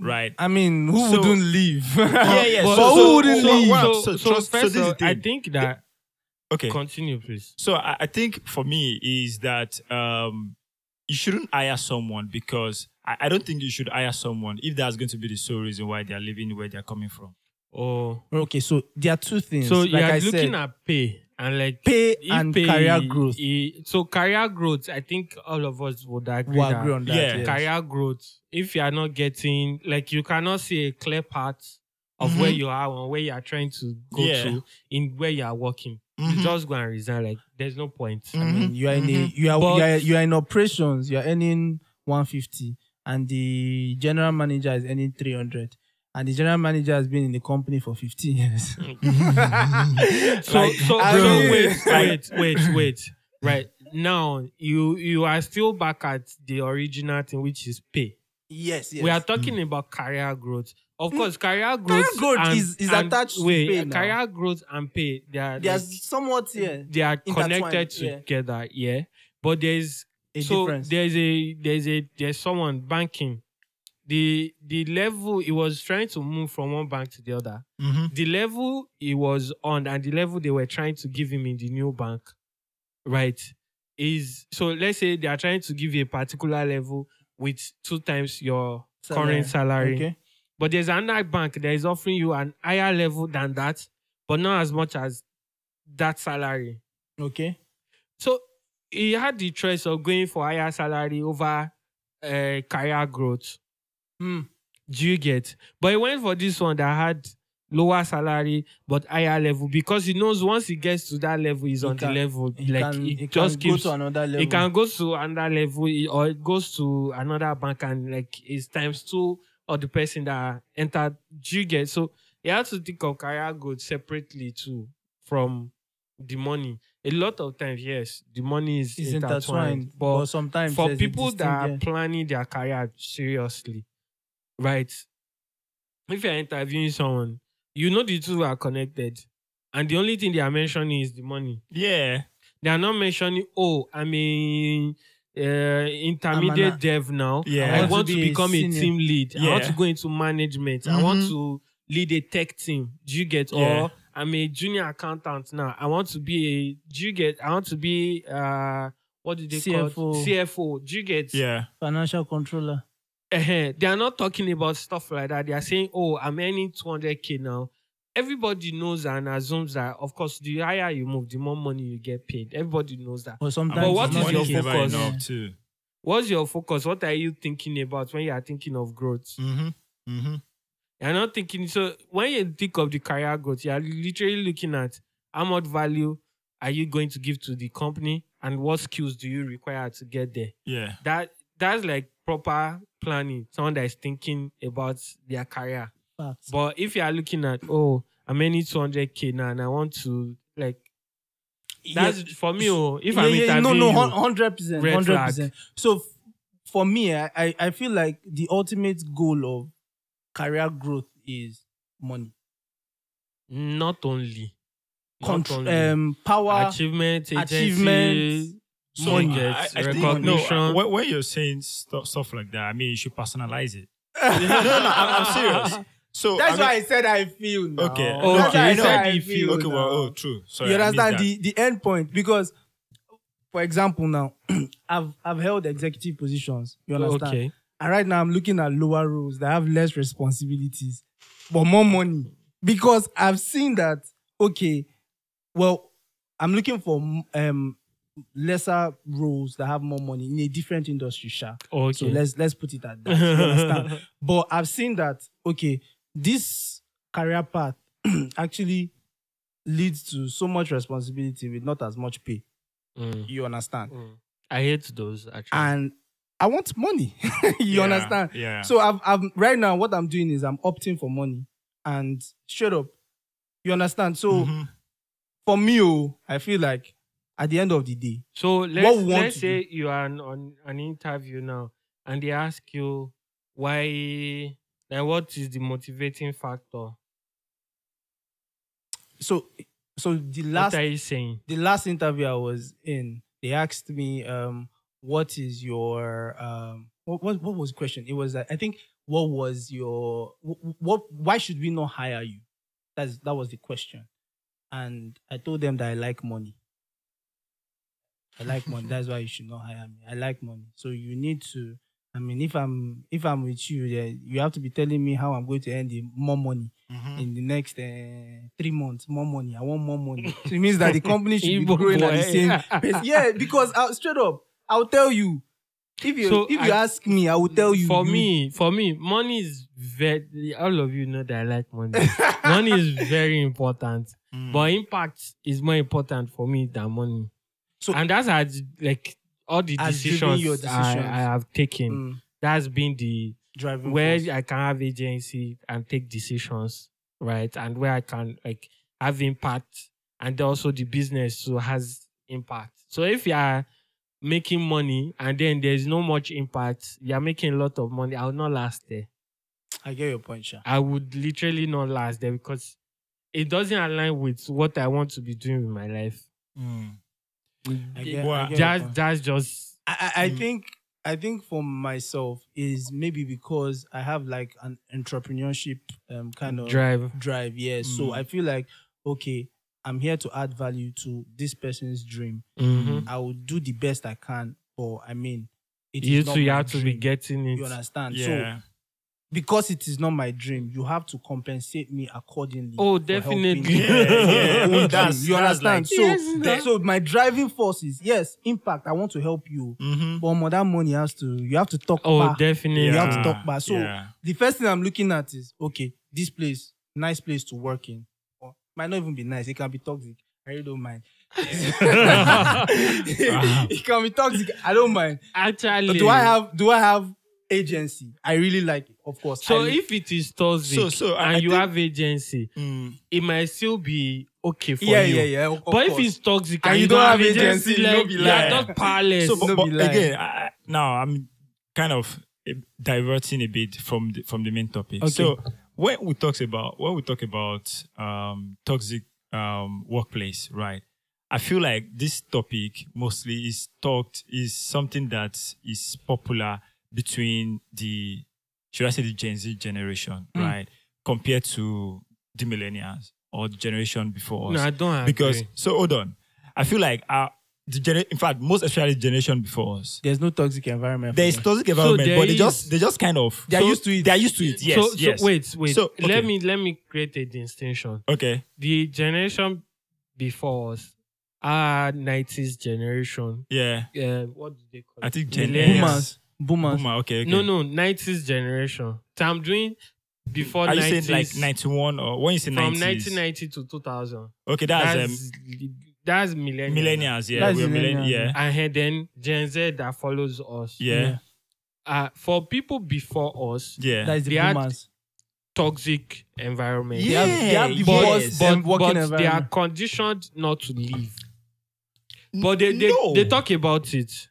Speaker 4: Mm.
Speaker 5: right?
Speaker 4: I mean, who
Speaker 5: So-
Speaker 4: wouldn't leave?
Speaker 5: yeah, yeah.
Speaker 4: But
Speaker 5: so,
Speaker 4: who
Speaker 5: so,
Speaker 4: wouldn't
Speaker 5: so,
Speaker 4: leave?
Speaker 5: what-
Speaker 6: So,
Speaker 5: so,
Speaker 6: so
Speaker 5: trust- so
Speaker 6: first
Speaker 5: this is
Speaker 6: of-
Speaker 5: the
Speaker 6: I
Speaker 5: thing.
Speaker 6: think that
Speaker 5: Okay.
Speaker 6: continue, please.
Speaker 5: So I, I think for me is that um, you shouldn't hire someone because I, I don't think you should hire someone if that's going to be the sole reason why they're leaving where they're coming from.
Speaker 6: Oh,
Speaker 4: okay, so there are two things.
Speaker 6: so
Speaker 4: like
Speaker 6: you are
Speaker 4: I
Speaker 6: looking
Speaker 4: said,
Speaker 6: at pay and like
Speaker 4: pay
Speaker 6: if
Speaker 4: and career growth.
Speaker 6: i- so career growth, I think all of us would agree.
Speaker 4: We
Speaker 6: that
Speaker 4: agree on that.
Speaker 5: Yeah.
Speaker 4: yes.
Speaker 6: Career growth. If you are not getting, like, you cannot see a clear path of where you are and where you are trying to go
Speaker 5: Yeah.
Speaker 6: to in where you are working. You
Speaker 4: Mm-hmm,
Speaker 5: Mhm.
Speaker 6: just go and resign. Like, there's no point. I
Speaker 4: I
Speaker 6: mean,
Speaker 4: mean, you are in a,
Speaker 5: Mhm.
Speaker 4: you are,
Speaker 6: Mm-hmm. But-
Speaker 4: you are you are in operations. You are earning one fifty, and the general manager is earning three hundred, and the general manager has been in the company for fifteen years.
Speaker 6: Mm. so
Speaker 5: Like,
Speaker 6: so,
Speaker 4: I
Speaker 6: so
Speaker 4: mean-
Speaker 6: wait,
Speaker 5: Like-
Speaker 6: wait, wait, wait. Right now, you you are still back at the original thing, which is pay.
Speaker 4: yes, yes. Mm.
Speaker 6: We are talking about career growth. Of course, career growth,
Speaker 4: Career growth
Speaker 6: and-
Speaker 4: is- is
Speaker 6: and-
Speaker 4: attached to
Speaker 6: wait,
Speaker 4: pay now.
Speaker 6: Career growth and pay, they are like,
Speaker 4: There's somewhat here
Speaker 6: they are
Speaker 4: intertwined,
Speaker 6: connected
Speaker 4: yeah.
Speaker 6: together. Yeah, but there's
Speaker 4: a
Speaker 6: so
Speaker 4: difference.
Speaker 6: there's a there's a there's someone banking. The the level it was trying to move from one bank to the other
Speaker 4: mm-hmm.
Speaker 5: Mhm.
Speaker 6: the level he was on and the level they were trying to give him in the new bank, right? Is so let's say they are trying to give you a particular level with two times your current salary.
Speaker 4: Okay.
Speaker 6: But there's another bank that is offering you an higher level than that, but not as much as that salary.
Speaker 4: Okay.
Speaker 6: So he had the choice of going for higher salary over uh, career growth. Mm.
Speaker 4: Hmm.
Speaker 6: Do you get? But he went for this one that had lower salary but higher level because he knows once he gets to that level, he's
Speaker 4: He
Speaker 6: on
Speaker 4: can-
Speaker 6: the level.
Speaker 4: He
Speaker 6: like
Speaker 4: can,
Speaker 6: he,
Speaker 4: he
Speaker 6: just
Speaker 4: can
Speaker 6: keeps.
Speaker 4: go to another level.
Speaker 6: He can go to another level he- or it goes to another bank and like it's times two or the person that entered. Do you get? So you have to think of career growth separately too from the money. A lot of times, yes, the money is
Speaker 4: It's
Speaker 6: intertwined,
Speaker 4: intertwined,
Speaker 6: but
Speaker 4: but sometimes
Speaker 6: for
Speaker 4: there's a
Speaker 6: people that are
Speaker 4: distinct-
Speaker 6: planning their career seriously, right? If you're interviewing someone, you know the two are connected, and the only thing they are mentioning is the money.
Speaker 5: Yeah.
Speaker 6: They are not mentioning, oh, I'm a uh, intermediate
Speaker 4: I'm an-
Speaker 6: dev now.
Speaker 5: Yeah.
Speaker 6: I want to,
Speaker 4: be a
Speaker 6: become a
Speaker 4: senior."
Speaker 6: team lead. I want
Speaker 5: Yeah.
Speaker 6: to go into management. I want
Speaker 5: Mhm.
Speaker 6: to lead a tech team. Do you get?
Speaker 5: Yeah.
Speaker 6: Or I'm a junior accountant now. I want to be a. Do you get? I want to be. Uh, what do they call
Speaker 4: CFO.
Speaker 6: it? CFO. Do you get?
Speaker 5: Yeah.
Speaker 4: financial controller.
Speaker 6: Ehen, they are not talking about stuff like that. They are saying, "Oh, I'm earning 200k now." Everybody knows and assumes that. Of course, the higher you move, the more money you get paid. Everybody knows that.
Speaker 4: Or sometimes
Speaker 6: But what
Speaker 4: it's
Speaker 6: is
Speaker 4: not
Speaker 5: Money
Speaker 6: your
Speaker 4: easy.
Speaker 5: never
Speaker 6: focus?
Speaker 5: enough too.
Speaker 6: What's your focus? What are you thinking about when you are thinking of growth?
Speaker 5: Mhm.
Speaker 4: Mm-hmm,
Speaker 5: Mhm.
Speaker 6: You're not thinking. So when you think of the career growth, you are literally looking at how much value are you going to give to the company and what skills do you require to get there.
Speaker 5: Yeah.
Speaker 6: That that's like proper planning. Someone that is thinking about their career.
Speaker 4: Facts.
Speaker 6: But if you are looking at, oh, I'm earning 200k now and I want to, like, that's for me. Oh, if
Speaker 4: Yeah,
Speaker 6: I'm
Speaker 4: yeah,
Speaker 6: interviewing,
Speaker 4: no, no,
Speaker 6: you,
Speaker 4: hun- hundred percent,
Speaker 6: red
Speaker 4: hundred
Speaker 6: flag.
Speaker 4: percent. So f- for me, I, I I feel like the ultimate goal of career growth is money,
Speaker 6: not only. Not
Speaker 4: Contr-
Speaker 6: only.
Speaker 4: um, power.
Speaker 6: achievement, agency,
Speaker 4: achievement,
Speaker 5: So
Speaker 6: money,
Speaker 5: I, I think no,
Speaker 6: recognition.
Speaker 5: uh, when, when you're saying stuff, stuff like that, I mean, you should personalize it. no, no, no, I'm, I'm serious. So
Speaker 4: That's
Speaker 5: I mean,
Speaker 4: why I said I feel. Now.
Speaker 5: Okay.
Speaker 4: That's
Speaker 6: Oh,
Speaker 4: why
Speaker 6: okay,
Speaker 4: I
Speaker 6: you
Speaker 4: said
Speaker 6: said
Speaker 4: I
Speaker 6: you feel
Speaker 5: okay, well,
Speaker 4: now.
Speaker 5: oh, true. Sorry,
Speaker 4: you
Speaker 5: I missed
Speaker 4: understand
Speaker 5: that.
Speaker 4: the, the end point because for example now I've I've held executive positions. You understand?
Speaker 6: okay.
Speaker 4: And right now I'm looking at lower roles that have less responsibilities, but more money. Because I've seen that, okay, well, I'm looking for um lesser roles that have more money in a different industry, sha.
Speaker 6: Okay.
Speaker 4: So let's let's put it at that. You understand? But I've seen that okay, this career path actually leads to so much responsibility with not as much pay.
Speaker 6: Mm,
Speaker 4: You understand?
Speaker 6: mm. I hate those actually.
Speaker 4: And I want money. you
Speaker 5: Yeah,
Speaker 4: understand?
Speaker 5: Yeah.
Speaker 4: So I've, I've right now what I'm doing is I'm opting for money and straight up. You understand? So
Speaker 6: Mm-hmm.
Speaker 5: Mhm.
Speaker 4: for me, oh, I feel like at the end of the day,
Speaker 6: so let's
Speaker 4: we want
Speaker 6: let's
Speaker 4: to
Speaker 6: say you are on, on an interview now, and they ask you why, like, what is the motivating factor?
Speaker 4: so so the last
Speaker 6: what are you saying?
Speaker 4: the last interview I was in, they asked me, um, what is your um what what, what was the question? It was uh, I think what was your wh- what why should we not hire you? That's that was the question. And I told them that I like money. I like money. That's why you should not hire me. I like money. So you need to I mean if I'm if I'm with you, then you have to be telling me how I'm going to earn the more money
Speaker 5: Mhm.
Speaker 4: in the next uh, three months more money. I want more money. So it means that the company should be
Speaker 6: Igbo
Speaker 4: growing at the
Speaker 6: boy.
Speaker 4: same pace. Yeah, because I'll, straight up, I'll tell you. If you
Speaker 6: So
Speaker 4: if you
Speaker 6: I-
Speaker 4: ask me, I will tell you.
Speaker 6: For
Speaker 4: you-
Speaker 6: me, for me, money is very. All of you know that I like money. money is very important,
Speaker 4: Hmm.
Speaker 5: Mm.
Speaker 6: but impact is more important for me than money.
Speaker 4: So-
Speaker 6: and that's has like all the
Speaker 4: Has driven
Speaker 6: decisions,
Speaker 4: your
Speaker 6: I,
Speaker 4: decisions.
Speaker 6: I have taken.
Speaker 4: Mm,
Speaker 6: That's been the
Speaker 4: driving
Speaker 6: where
Speaker 4: force.
Speaker 6: I can have agency and take decisions, right? And where I can like have impact and also the business so has impact. So if you are making money and then there's no much impact, you're making a lot of money, I will not last there.
Speaker 4: I get your point, Sha.
Speaker 6: I would literally not last there because it doesn't align with what I want to be doing with my life.
Speaker 5: Mm.
Speaker 4: I get,
Speaker 5: Well,
Speaker 4: I, get your
Speaker 6: That's
Speaker 4: point.
Speaker 6: that's just
Speaker 4: I, I I
Speaker 5: Mm.
Speaker 4: think I think for myself is maybe because I have like an entrepreneurship um, kind of
Speaker 6: drive.
Speaker 4: drive. Yeah. So
Speaker 5: Mm.
Speaker 4: I feel like okay, I'm here to add value to this person's dream.
Speaker 6: Mhm.
Speaker 4: I will do the best I can, but I mean, it is
Speaker 6: You
Speaker 4: not
Speaker 6: two, you
Speaker 4: my
Speaker 6: have to be
Speaker 4: dream.
Speaker 6: getting
Speaker 4: You
Speaker 6: it.
Speaker 4: understand? So
Speaker 5: Yeah.
Speaker 4: because it is not my dream, you have to compensate me accordingly.
Speaker 6: Oh,
Speaker 4: for helping
Speaker 6: definitely.
Speaker 4: me.
Speaker 5: Yeah,
Speaker 4: Own
Speaker 5: yeah.
Speaker 4: dream,
Speaker 5: That's-
Speaker 4: you
Speaker 5: that's
Speaker 4: understand?
Speaker 5: like-
Speaker 4: so,
Speaker 6: Yes,
Speaker 4: the- so my driving force is yes, impact. I want to help you,
Speaker 5: Mhm.
Speaker 4: but more that money has to. You have to talk.
Speaker 6: Oh,
Speaker 4: back.
Speaker 6: definitely.
Speaker 4: You have
Speaker 5: Yeah,
Speaker 4: to talk back. So
Speaker 5: yeah.
Speaker 4: the first thing I'm looking at is okay, this place, nice place to work in. Or might not even be nice. It can be toxic. I really don't mind. it can be toxic. I don't mind. But
Speaker 6: Actually,
Speaker 4: do I have do I have agency? I really like it, of course.
Speaker 6: So
Speaker 4: I,
Speaker 6: if it is toxic
Speaker 5: So- so I-
Speaker 6: and
Speaker 5: I
Speaker 6: you
Speaker 5: think-
Speaker 6: have agency,
Speaker 5: Mm.
Speaker 6: it might still be okay for
Speaker 4: yeah,
Speaker 6: you.
Speaker 4: yeah, yeah. Of, of
Speaker 6: But
Speaker 4: course.
Speaker 6: if it's toxic
Speaker 4: And you don't have agency, you
Speaker 6: like
Speaker 4: no be
Speaker 6: you
Speaker 5: like-
Speaker 6: are just powerless.
Speaker 5: So,
Speaker 4: No
Speaker 5: but,
Speaker 4: be
Speaker 5: but
Speaker 4: lie.
Speaker 5: again, I, I- now I'm kind of eh, diverting a bit from the, from the main topic.
Speaker 4: Okay.
Speaker 5: So when we talk about when we talk about um, toxic um, workplace, right? I feel like this topic mostly is talked is something that is popular between the should I say the Gen Z generation, right? Compared to the millennials or the generation before us
Speaker 6: no, I don't agree.
Speaker 5: because so hold on. I feel like uh the gener- in fact most especially the generation before us.
Speaker 4: there's no toxic environment.
Speaker 5: There is
Speaker 4: for
Speaker 5: toxic environment,
Speaker 6: there
Speaker 5: but they
Speaker 6: is-
Speaker 5: just they just kind of
Speaker 4: They are
Speaker 5: so-
Speaker 4: used to it.
Speaker 5: They are used to it. Yes.
Speaker 6: so,
Speaker 5: yes.
Speaker 6: so wait, wait.
Speaker 5: So, okay.
Speaker 6: Let me let me create a distinction.
Speaker 5: Okay.
Speaker 6: The generation before us, our nineties generation.
Speaker 5: Yeah.
Speaker 6: Uh, what do they call
Speaker 5: I
Speaker 6: it?
Speaker 5: think
Speaker 4: me.
Speaker 5: Gen
Speaker 6: Millennials.
Speaker 5: X.
Speaker 4: boomers. Boomers.
Speaker 5: Boomer. Okay. okay.
Speaker 6: No, no, nineties generation. So I'm doing before
Speaker 5: Are you
Speaker 6: 90s,
Speaker 5: saying like ninety one or when you say
Speaker 6: from
Speaker 5: 90s?
Speaker 6: 1990 to 2000.
Speaker 5: Okay, that's, um,
Speaker 6: That's that's millennial.
Speaker 5: millennials. Yeah,
Speaker 4: That's
Speaker 5: we're millennial.
Speaker 4: millennial.
Speaker 5: Yeah.
Speaker 6: And he- then Gen Z that follows us.
Speaker 5: Yeah.
Speaker 6: Uh, for people before us,
Speaker 5: Yeah.
Speaker 4: That is the
Speaker 6: They are-
Speaker 4: boomers.
Speaker 6: toxic environment.
Speaker 5: Yeah,
Speaker 4: they have, they have the
Speaker 5: but-
Speaker 4: worst
Speaker 6: But,
Speaker 4: working
Speaker 6: but they are
Speaker 4: environment.
Speaker 6: conditioned not to leave. But they, they,
Speaker 5: No.
Speaker 6: they talk about it.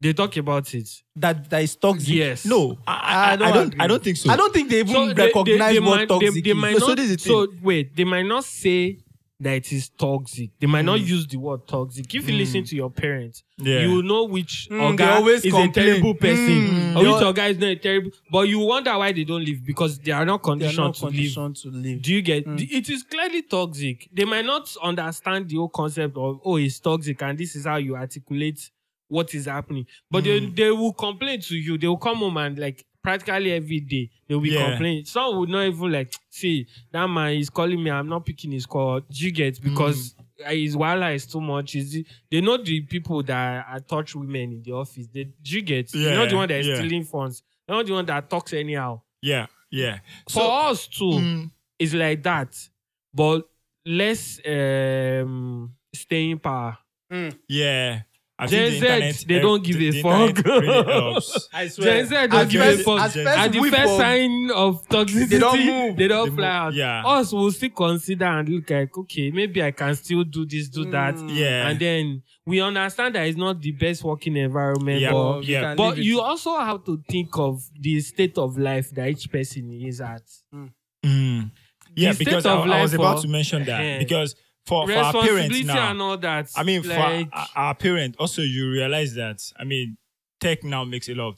Speaker 6: They talk about it.
Speaker 4: that that is toxic.
Speaker 6: Yes.
Speaker 5: no, I, I, I don't. I don't,
Speaker 4: agree.
Speaker 5: think so.
Speaker 4: I don't think they even
Speaker 6: So they, they,
Speaker 4: recognize
Speaker 6: they
Speaker 4: what
Speaker 6: might,
Speaker 4: toxic
Speaker 6: they, they
Speaker 4: is.
Speaker 6: might
Speaker 5: No, so
Speaker 6: not,
Speaker 5: this is the
Speaker 6: so wait, they might not say that it is toxic. They might
Speaker 4: Mm.
Speaker 6: not use the word toxic. If you listen to your parents,
Speaker 5: Yeah.
Speaker 6: you will know which
Speaker 4: Mm, they
Speaker 6: Oga
Speaker 4: always
Speaker 6: is
Speaker 4: complain.
Speaker 6: a terrible person,
Speaker 4: Mm,
Speaker 6: or
Speaker 4: they
Speaker 6: which
Speaker 4: al-
Speaker 6: Oga is not a terrible. But you wonder why they don't live because they are not
Speaker 4: They are
Speaker 6: conditioned
Speaker 4: not
Speaker 6: to live.
Speaker 4: conditioned to live.
Speaker 6: Do you get?
Speaker 5: Mm.
Speaker 6: It is clearly toxic. They might not understand the whole concept of oh, it's toxic, and this is how you articulate what is happening. But
Speaker 5: Mm.
Speaker 6: they they will complain to you. They will come home and like practically every day they will be
Speaker 5: Yeah.
Speaker 6: complaining. Some would not even like see that man is calling me. I'm not picking his call. Do you get? Because uh,
Speaker 5: Mm.
Speaker 6: his wala is too much. Is it- they know the people that are touch women in the office. They do you get you know
Speaker 5: Yeah,
Speaker 6: the one that is
Speaker 5: yeah.
Speaker 6: stealing funds. They're not the one that talks anyhow.
Speaker 5: Yeah, yeah.
Speaker 6: For us too,
Speaker 5: mm,
Speaker 6: it's like that. But less um staying power.
Speaker 5: yeah. I
Speaker 6: Gen Z, they don't give a
Speaker 5: eh, the
Speaker 6: fuck.
Speaker 5: internet really helps.
Speaker 4: I
Speaker 6: Gen Z don't
Speaker 4: As
Speaker 6: give
Speaker 4: first-
Speaker 6: a fuck.
Speaker 4: as first
Speaker 6: At the
Speaker 4: whip
Speaker 6: first
Speaker 4: up,
Speaker 6: sign of toxicity,
Speaker 4: oh. They don't move.
Speaker 6: They don't
Speaker 5: They
Speaker 6: fly
Speaker 5: move.
Speaker 6: out.
Speaker 5: Yeah.
Speaker 6: Us will still consider and look like, okay, maybe I can still do this, do that.
Speaker 4: Mm.
Speaker 5: Yeah.
Speaker 6: And then we understand that it's not the best working environment.
Speaker 5: Yeah.
Speaker 6: But,
Speaker 4: But, you
Speaker 5: Yeah.
Speaker 4: can
Speaker 6: but
Speaker 4: leave
Speaker 6: you
Speaker 4: it.
Speaker 6: also have to think of the state of life that each person is at.
Speaker 5: Mm. Yeah,
Speaker 6: The state
Speaker 5: because
Speaker 6: of
Speaker 5: I, I
Speaker 6: life
Speaker 5: was about
Speaker 6: for-
Speaker 5: to mention that
Speaker 6: Eh.
Speaker 5: because for, for our parents
Speaker 6: Responsibility
Speaker 5: now,
Speaker 6: and all that.
Speaker 5: I mean,
Speaker 6: like,
Speaker 5: for our, our parents, also you realize that I mean, tech now makes a lot of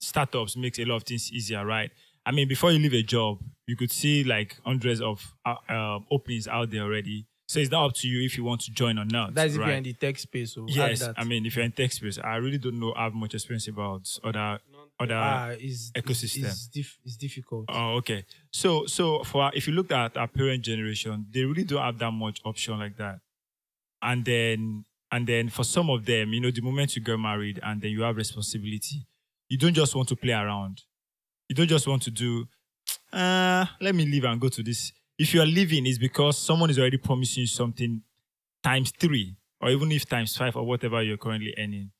Speaker 5: startups makes a lot of things easier, right? I mean, before you leave a job, you could see like hundreds of uh, um, openings out there already. So it's not up to you if you want to join or not.
Speaker 4: That's if
Speaker 5: right?
Speaker 4: you're in the tech space. So add
Speaker 5: yes,
Speaker 4: that.
Speaker 5: I mean, uh, if you're in tech space, I really don't know. I have much experience about other other.
Speaker 4: Ah, it's,
Speaker 5: ecosystem.
Speaker 4: It's, diff, it's difficult.
Speaker 5: Oh, okay. So, so for if you look at our parent generation, they really don't have that much option like that. And then, and then for some of them, you know, the moment you get married and then you have responsibility, you don't just want to play around. You don't just want to do, uh, let me leave and go to this. If you are leaving, it's because someone is already promising you something times three, or even if times five, or whatever you're currently earning.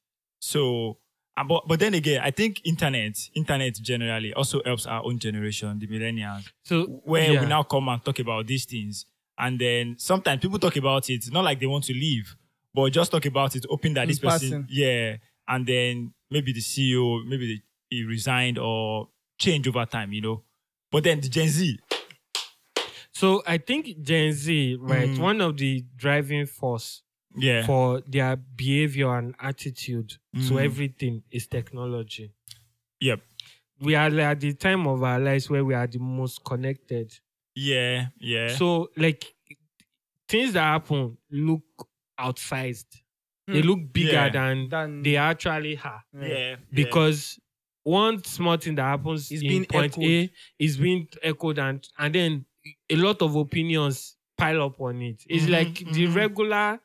Speaker 5: So, uh, but, but then again, I think internet, internet generally also helps our own generation, the millennials,
Speaker 6: so,
Speaker 5: where
Speaker 6: yeah.
Speaker 5: we now come and talk about these things. And then sometimes people talk about it, not like they want to leave, but just talk about it, hoping that
Speaker 4: In
Speaker 5: this person,
Speaker 4: passing.
Speaker 5: yeah. And then maybe the CEO, maybe the, he resigned or change over time, you know. But then the Gen Z,
Speaker 6: So I think Gen Z, right,
Speaker 5: Mm.
Speaker 6: one of the driving force
Speaker 5: yeah,
Speaker 6: for their behavior and attitude to
Speaker 5: Mm.
Speaker 6: everything is technology.
Speaker 5: yep,
Speaker 6: We are like, at the time of our lives where we are the most connected.
Speaker 5: yeah, yeah,
Speaker 6: So like things that happen look outsized. They look bigger
Speaker 5: Mm. Yeah.
Speaker 6: than,
Speaker 4: Than-
Speaker 6: they actually are.
Speaker 5: yeah, yeah.
Speaker 6: Because one small thing that happens
Speaker 4: It's
Speaker 6: in
Speaker 4: being
Speaker 6: point
Speaker 4: echoed.
Speaker 6: A is being echoed and and then a lot of opinions pile up on it. It's
Speaker 4: Mm-hmm,
Speaker 5: Mhm,
Speaker 6: like the
Speaker 5: mhm.
Speaker 6: regular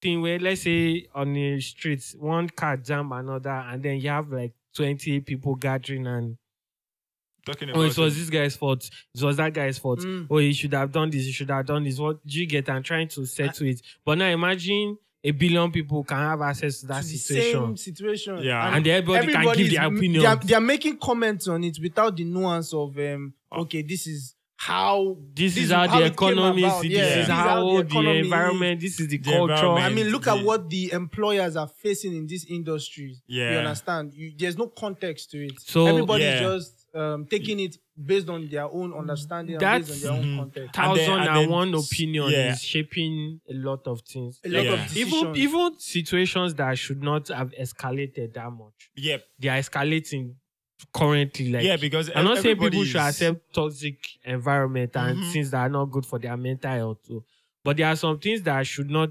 Speaker 6: thing where let's say on the streets one car jam another and then you have like 20 people gathering and
Speaker 5: talking
Speaker 6: oh
Speaker 5: about
Speaker 6: it was
Speaker 5: it.
Speaker 6: this guy's fault it was that guy's fault
Speaker 4: Mm.
Speaker 6: oh you should have done this you should have done this what do you get i'm trying to settle
Speaker 4: Ah.
Speaker 6: it but now imagine a billion people can have access to that
Speaker 4: It's the
Speaker 6: situation
Speaker 4: Same situation.
Speaker 5: Yeah.
Speaker 6: and everybody, can give
Speaker 4: everybody's-
Speaker 6: their opinion
Speaker 4: They are, they are making comments on it without the nuance of um. Okay, this is how
Speaker 6: Ah. this,
Speaker 4: this
Speaker 6: is how the
Speaker 4: it came
Speaker 6: economy is.
Speaker 4: about.
Speaker 6: This
Speaker 4: Yeah,
Speaker 6: is how, the,
Speaker 4: economy is.
Speaker 6: environment. This is the,
Speaker 5: The
Speaker 6: culture.
Speaker 5: environment.
Speaker 4: I mean, look
Speaker 5: the-
Speaker 4: at what the employers are facing in these industries.
Speaker 5: Yeah.
Speaker 4: You understand? You, there's no context to it.
Speaker 6: So-
Speaker 4: everybody's
Speaker 5: Yeah.
Speaker 4: just um, taking it based on their own understanding and
Speaker 6: That's-
Speaker 4: based on their
Speaker 5: Mhm.
Speaker 4: own context.
Speaker 5: And then-
Speaker 6: Thousand
Speaker 5: and
Speaker 6: and
Speaker 5: then-
Speaker 6: one opinion
Speaker 5: yeah.
Speaker 6: is shaping a lot of things.
Speaker 4: A lot
Speaker 5: Yeah.
Speaker 4: of decisions.
Speaker 6: Even even situations that should not have escalated that much,
Speaker 5: Yep.
Speaker 6: they are escalating currently. Like
Speaker 5: yeah, because
Speaker 6: I'm not saying people
Speaker 5: everybody
Speaker 6: should
Speaker 5: is-
Speaker 6: accept toxic environment and
Speaker 5: Mhm.
Speaker 6: things that are not good for their mental health too. But there are some things that should not.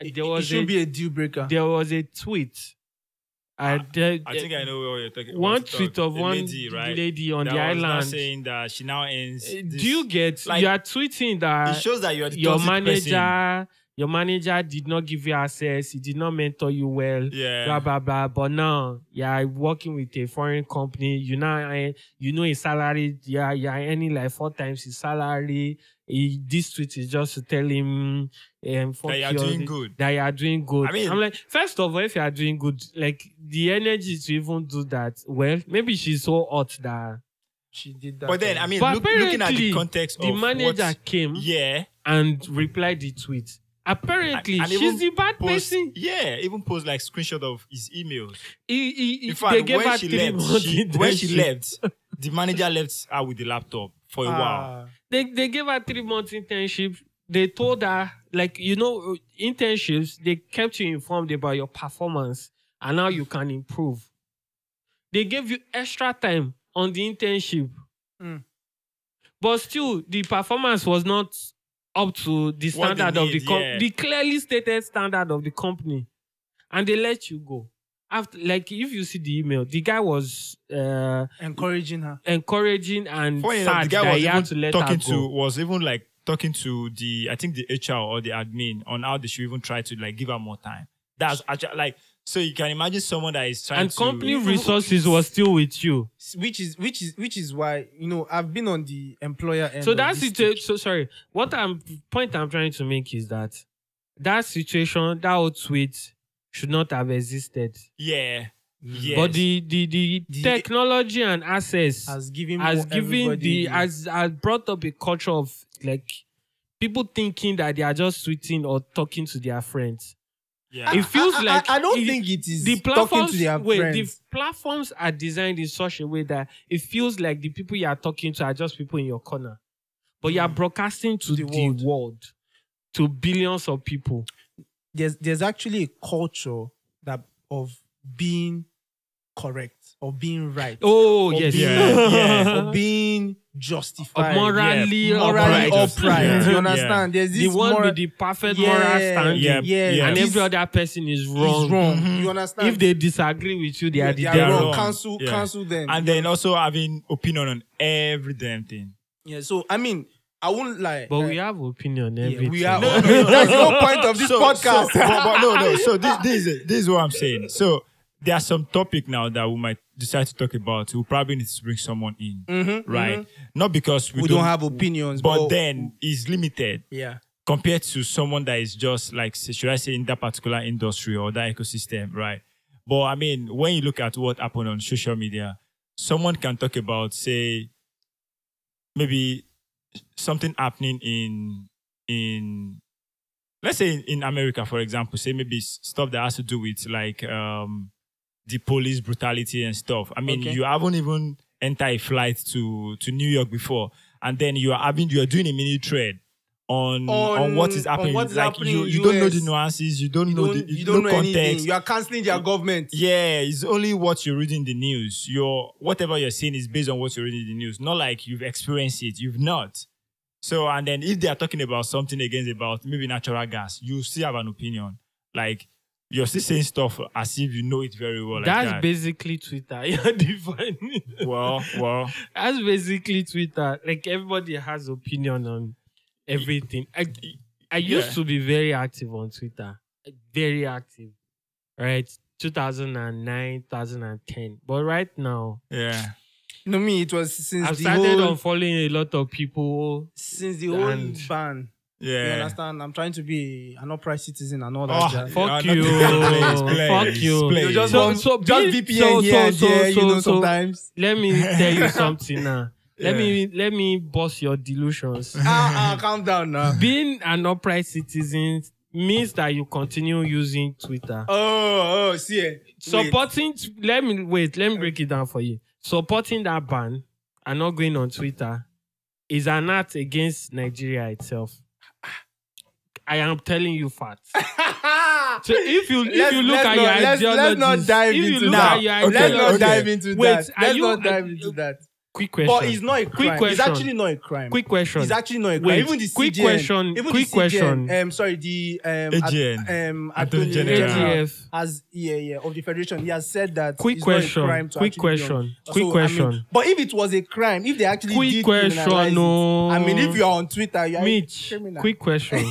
Speaker 4: It-
Speaker 6: There
Speaker 4: it
Speaker 6: was a,
Speaker 4: should be a deal breaker.
Speaker 6: there was a tweet. I,
Speaker 5: I think I know what you're talking about.
Speaker 6: one
Speaker 5: to talk.
Speaker 6: tweet of
Speaker 5: The
Speaker 6: one
Speaker 5: lady, right?
Speaker 6: lady on
Speaker 5: that
Speaker 6: the
Speaker 5: was now
Speaker 6: island.
Speaker 5: saying that she now ends.
Speaker 6: Uh,
Speaker 5: this-
Speaker 6: Do you get?
Speaker 5: like,
Speaker 6: you are tweeting
Speaker 5: It
Speaker 6: that
Speaker 5: shows that you're the
Speaker 6: your
Speaker 5: toxic
Speaker 6: manager,
Speaker 5: Person.
Speaker 6: your manager did not give you access. He did not mentor you well. Blah
Speaker 5: Yeah.
Speaker 6: blah blah. But now you're working with a foreign company. You now earn- you know his salary. Yeah, you're earning like four times his salary. He, this tweet is just to tell him um, fuck
Speaker 5: That you're
Speaker 6: you,
Speaker 5: doing good.
Speaker 6: That you are doing good.
Speaker 5: I mean-
Speaker 6: I'm like, first of all, if you are doing good, like the energy to even do that. Well, maybe she's so hot that
Speaker 4: She did that.
Speaker 5: But then, I mean,
Speaker 6: But
Speaker 5: look, looking at
Speaker 6: apparently,
Speaker 5: the context
Speaker 6: the
Speaker 5: of
Speaker 6: manager
Speaker 5: what,
Speaker 6: came
Speaker 5: yeah,
Speaker 6: and replied the tweet. Apparently,
Speaker 5: and even
Speaker 6: she's the bad
Speaker 5: post,
Speaker 6: person.
Speaker 5: yeah, even post like screenshot of his emails.
Speaker 6: He- he- he-
Speaker 5: In
Speaker 6: they
Speaker 5: fact,
Speaker 6: gave her
Speaker 5: when she
Speaker 6: three
Speaker 5: left,
Speaker 6: months
Speaker 5: she,
Speaker 6: in
Speaker 5: when
Speaker 6: that
Speaker 5: she
Speaker 6: shit.
Speaker 5: left, the manager left her with the laptop for a while.
Speaker 4: Ah.
Speaker 6: they, they gave her three months internship. They told her, like, you know, uh, internships, they kept you informed about your performance and how you can improve. They gave you extra time on the internship.
Speaker 5: Hmm.
Speaker 4: Mm.
Speaker 6: But still, the performance was not up to the
Speaker 5: What they
Speaker 6: standard of the
Speaker 5: need,
Speaker 6: com-
Speaker 5: yeah.
Speaker 6: the clearly stated standard of the company. And they let you go. After, like, if you see the email, the guy was uh,
Speaker 4: encouraging her.
Speaker 6: encouraging and
Speaker 5: Funny enough,
Speaker 6: sad
Speaker 5: the guy
Speaker 6: that
Speaker 5: was
Speaker 6: he had
Speaker 5: even
Speaker 6: to let her
Speaker 5: talking
Speaker 6: go.
Speaker 5: to was even like talking to the I think the HR or the admin on how they should even try to like give her more time. That's actually like so you can imagine someone that is trying
Speaker 6: and
Speaker 5: to
Speaker 6: company resources was still with you.
Speaker 4: which is which is which is why you know I've been on the employer end.
Speaker 6: so uh,
Speaker 4: of
Speaker 6: that
Speaker 4: this
Speaker 6: situation.
Speaker 4: thing.
Speaker 6: So sorry. What I'm point I'm trying to make is that that situation, that old tweet, should not have existed.
Speaker 5: Yeah. Yes.
Speaker 6: But the the, the
Speaker 4: The-
Speaker 6: technology and access
Speaker 4: has given
Speaker 6: has
Speaker 4: more-
Speaker 6: given
Speaker 4: everybody
Speaker 6: the has has brought up a culture of like people thinking that they are just tweeting or talking to their friends.
Speaker 5: yeah.
Speaker 6: It feels
Speaker 4: I, I-
Speaker 6: like
Speaker 4: I, don't
Speaker 6: it-
Speaker 4: think it is
Speaker 6: the
Speaker 4: talking
Speaker 6: platforms
Speaker 4: to their
Speaker 6: wait,
Speaker 4: friends.
Speaker 6: the platforms are designed in such a way that it feels like the people you are talking to are just people in your corner, but you are broadcasting to
Speaker 4: The
Speaker 6: the,
Speaker 4: world.
Speaker 6: world. to billions of people.
Speaker 4: there's there's actually a culture that of being correct or being right
Speaker 6: Oh
Speaker 4: Of
Speaker 6: yes,
Speaker 4: being-
Speaker 5: Yeah, yeah.
Speaker 4: or being justified
Speaker 6: Of morally,
Speaker 5: Yeah,
Speaker 4: morally
Speaker 6: upright.
Speaker 4: upright,
Speaker 5: Yeah.
Speaker 4: you
Speaker 5: Yeah.
Speaker 4: understand there's this
Speaker 6: The one
Speaker 4: moral,
Speaker 6: with the perfect
Speaker 4: yeah,
Speaker 6: moral standing,
Speaker 5: Yeah,
Speaker 4: yeah,
Speaker 5: yeah.
Speaker 6: and
Speaker 4: this
Speaker 6: every other person is
Speaker 4: is
Speaker 6: wrong. Mm-hmm.
Speaker 4: wrong.
Speaker 5: Mhm.
Speaker 4: you understand
Speaker 6: If they disagree with you, they
Speaker 4: yeah,
Speaker 6: are
Speaker 4: they
Speaker 6: the
Speaker 4: are
Speaker 6: devil.
Speaker 4: wrong.
Speaker 5: wrong.
Speaker 4: cancel
Speaker 5: Yeah.
Speaker 4: cancel them
Speaker 5: and then also having opinion on every damn thing.
Speaker 4: yeah so I mean I won't lie
Speaker 6: But
Speaker 4: uh,
Speaker 6: we have opinion.
Speaker 4: yeah,
Speaker 6: Everything.
Speaker 4: we are
Speaker 5: No,
Speaker 4: there's no point of this
Speaker 5: So-
Speaker 4: podcast
Speaker 5: so- but, but no, no. So this, this, is, this is what I'm saying. So there are some topic now that we might decide to talk about. We probably need to bring someone in,
Speaker 4: Mhm,
Speaker 5: right?
Speaker 4: mhm.
Speaker 5: Not because we,
Speaker 4: we don't have opinions
Speaker 5: but then it's limited
Speaker 4: yeah
Speaker 5: compared to someone that is just like should I say in that particular industry or that ecosystem, right? But I mean, when you look at what happened on social media, someone can talk about say maybe something happening in in let's say in, in America, for example, say maybe s- stuff that has to do with like um the police brutality and stuff. I mean,
Speaker 4: Okay.
Speaker 5: you haven't even entered a flight to to New York before, and then you are having you are doing a mini trade on on,
Speaker 4: On-
Speaker 5: what is
Speaker 4: on
Speaker 5: happening.
Speaker 4: what is
Speaker 5: like
Speaker 4: happening
Speaker 5: you,
Speaker 4: in
Speaker 5: you don't know
Speaker 4: US.
Speaker 5: the nuances, you don't
Speaker 4: you
Speaker 5: know
Speaker 4: don't,
Speaker 5: the
Speaker 4: you don't know
Speaker 5: no
Speaker 4: anything
Speaker 5: context.
Speaker 4: you are canceling their government
Speaker 5: Yeah, it's only what you read in the news. Your whatever you're seeing is based on what you read in the news. Not like you've experienced it. You've not. So and then if they are talking about something against about maybe natural gas, you still have an opinion. Like you're still saying stuff as if you know it very well.
Speaker 6: That's
Speaker 5: like that.
Speaker 6: basically Twitter. You're defining.
Speaker 5: well, well,
Speaker 6: That's basically Twitter. Like everybody has opinion on everything. I, I used
Speaker 5: Yeah.
Speaker 6: to be very active on Twitter. Very active. Right? 2009, 2010. But right now,
Speaker 5: yeah.
Speaker 4: no me it was since
Speaker 6: I've
Speaker 4: the
Speaker 6: started
Speaker 4: whole
Speaker 6: on following a lot of people.
Speaker 4: since the whole
Speaker 6: And-
Speaker 4: ban. You
Speaker 5: Yeah.
Speaker 4: understand? I'm trying to be an upright citizen and all that.
Speaker 5: Oh,
Speaker 4: jazz.
Speaker 6: Fuck
Speaker 5: yeah,
Speaker 6: you.
Speaker 5: please, please,
Speaker 6: Fuck you.
Speaker 5: please.
Speaker 4: You just
Speaker 6: So-
Speaker 4: want-
Speaker 6: so
Speaker 4: just
Speaker 6: be-
Speaker 4: VPN
Speaker 6: so-
Speaker 4: here,
Speaker 6: so-
Speaker 4: there, you
Speaker 6: so-
Speaker 4: know,
Speaker 6: so-
Speaker 4: sometimes.
Speaker 6: Let me tell you something now. Let
Speaker 5: Yeah.
Speaker 6: me let me bust your delusions.
Speaker 4: Ah, ah, calm down now.
Speaker 6: Being an upright citizen means that you continue using Twitter.
Speaker 4: Oh, oh, see. eh. Wait.
Speaker 6: supporting let me wait let me break it down for you supporting that ban and not going on twitter is an act against nigeria itself i am telling you facts so if you if
Speaker 4: Let's-
Speaker 6: you look
Speaker 4: let's
Speaker 6: at
Speaker 4: not-
Speaker 6: your
Speaker 4: let's- let's not
Speaker 6: ideologies
Speaker 4: dive
Speaker 6: if you
Speaker 4: into that. Let's not dive into
Speaker 6: look at your
Speaker 5: Okay, okay.
Speaker 6: Wait,
Speaker 4: that.
Speaker 6: are
Speaker 4: Let's
Speaker 6: you- uh,
Speaker 4: not dive into that.
Speaker 6: quick
Speaker 4: But it's
Speaker 6: question
Speaker 4: not a crime. It's
Speaker 6: question.
Speaker 4: actually not a crime.
Speaker 6: quick question
Speaker 4: It's actually not a crime.
Speaker 6: Wait,
Speaker 4: even the
Speaker 6: quick
Speaker 4: CGN,
Speaker 6: question,
Speaker 4: Even
Speaker 6: quick
Speaker 4: the CGN,
Speaker 6: question.
Speaker 4: Um, sorry, the um, at-
Speaker 5: AGN,
Speaker 4: um,
Speaker 5: Attorney
Speaker 4: Attorney
Speaker 5: General.
Speaker 4: General.
Speaker 6: AGF.
Speaker 4: as yeah, yeah, of the federation, he has said that
Speaker 6: Quick
Speaker 4: it's
Speaker 6: question,
Speaker 4: Not a crime to
Speaker 6: quick
Speaker 4: actually be on-
Speaker 6: question, quick
Speaker 4: I mean,
Speaker 6: question.
Speaker 4: but if it was a crime, if they actually
Speaker 6: Quick
Speaker 4: did
Speaker 6: question,
Speaker 4: criminalize it,
Speaker 6: no.
Speaker 4: I mean, if you are on Twitter, you are
Speaker 6: Mitch,
Speaker 4: a criminal.
Speaker 6: quick question.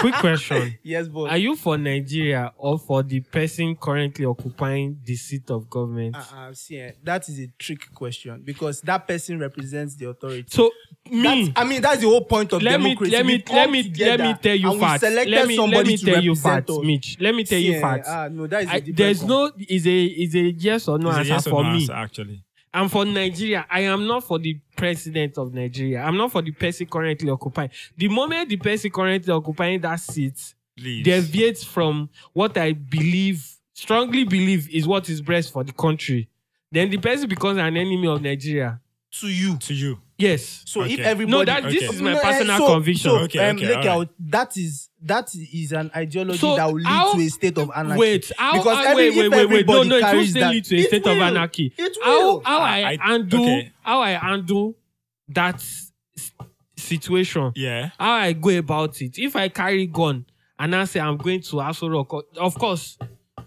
Speaker 6: quick question.
Speaker 4: yes, but
Speaker 6: Are you for Nigeria or for the person currently occupying the seat of government?
Speaker 4: uh-uh, see, eh, that is a trick question because that person represents the authority.
Speaker 6: So me,
Speaker 4: That's- I mean, that's the whole point of
Speaker 6: let me
Speaker 4: democracy.
Speaker 6: let
Speaker 4: We
Speaker 6: me
Speaker 4: come
Speaker 6: let me
Speaker 4: together
Speaker 6: let me tell you
Speaker 4: and we
Speaker 6: facts.
Speaker 4: selected
Speaker 6: Let me let
Speaker 4: somebody
Speaker 6: me
Speaker 4: to
Speaker 6: tell you
Speaker 4: represent
Speaker 6: facts,
Speaker 4: us.
Speaker 6: Mitch. Let me tell
Speaker 4: See,
Speaker 6: you
Speaker 4: eh,
Speaker 6: facts.
Speaker 4: ah, no, that is a
Speaker 6: I,
Speaker 4: different
Speaker 6: there's
Speaker 4: con-
Speaker 6: no is a is a yes or no
Speaker 5: It's a
Speaker 6: answer
Speaker 5: yes or
Speaker 6: for
Speaker 5: no
Speaker 6: me.
Speaker 5: answer, actually.
Speaker 6: I'm for Nigeria. I am not for the president of Nigeria. I'm not for the person currently occupying. The moment the person currently occupying that seat
Speaker 5: Please.
Speaker 6: deviates from what I believe, strongly believe, is what is best for the country, then the person becomes an enemy of Nigeria.
Speaker 5: to you. To you.
Speaker 6: Yes.
Speaker 4: So if
Speaker 5: Okay.
Speaker 4: everybody,
Speaker 6: No, that this
Speaker 5: Okay.
Speaker 6: is my
Speaker 4: No, eh,
Speaker 6: personal
Speaker 4: so-
Speaker 6: conviction.
Speaker 4: So,
Speaker 5: Okay,
Speaker 4: um,
Speaker 5: okay,
Speaker 4: Leke, I
Speaker 5: alright.
Speaker 4: would- that is that is an ideology
Speaker 6: So
Speaker 4: that will lead
Speaker 6: how-
Speaker 4: to a state of anarchy.
Speaker 6: Wait, how,
Speaker 4: Because
Speaker 6: how-
Speaker 4: every-
Speaker 6: wait, wait,
Speaker 4: if
Speaker 6: wait, wait. No,
Speaker 4: everybody
Speaker 6: no, it will
Speaker 4: carries
Speaker 6: still
Speaker 4: that-
Speaker 6: lead to a
Speaker 4: it
Speaker 6: state of
Speaker 4: will.
Speaker 6: anarchy.
Speaker 4: It
Speaker 6: How,
Speaker 4: will.
Speaker 6: how
Speaker 5: I-
Speaker 6: I,
Speaker 5: I-
Speaker 6: handle,
Speaker 5: okay.
Speaker 6: how I handle that s- situation,
Speaker 5: Yeah.
Speaker 6: how I go about it. If I carry gun and I say I'm going to Aso Rock, of course,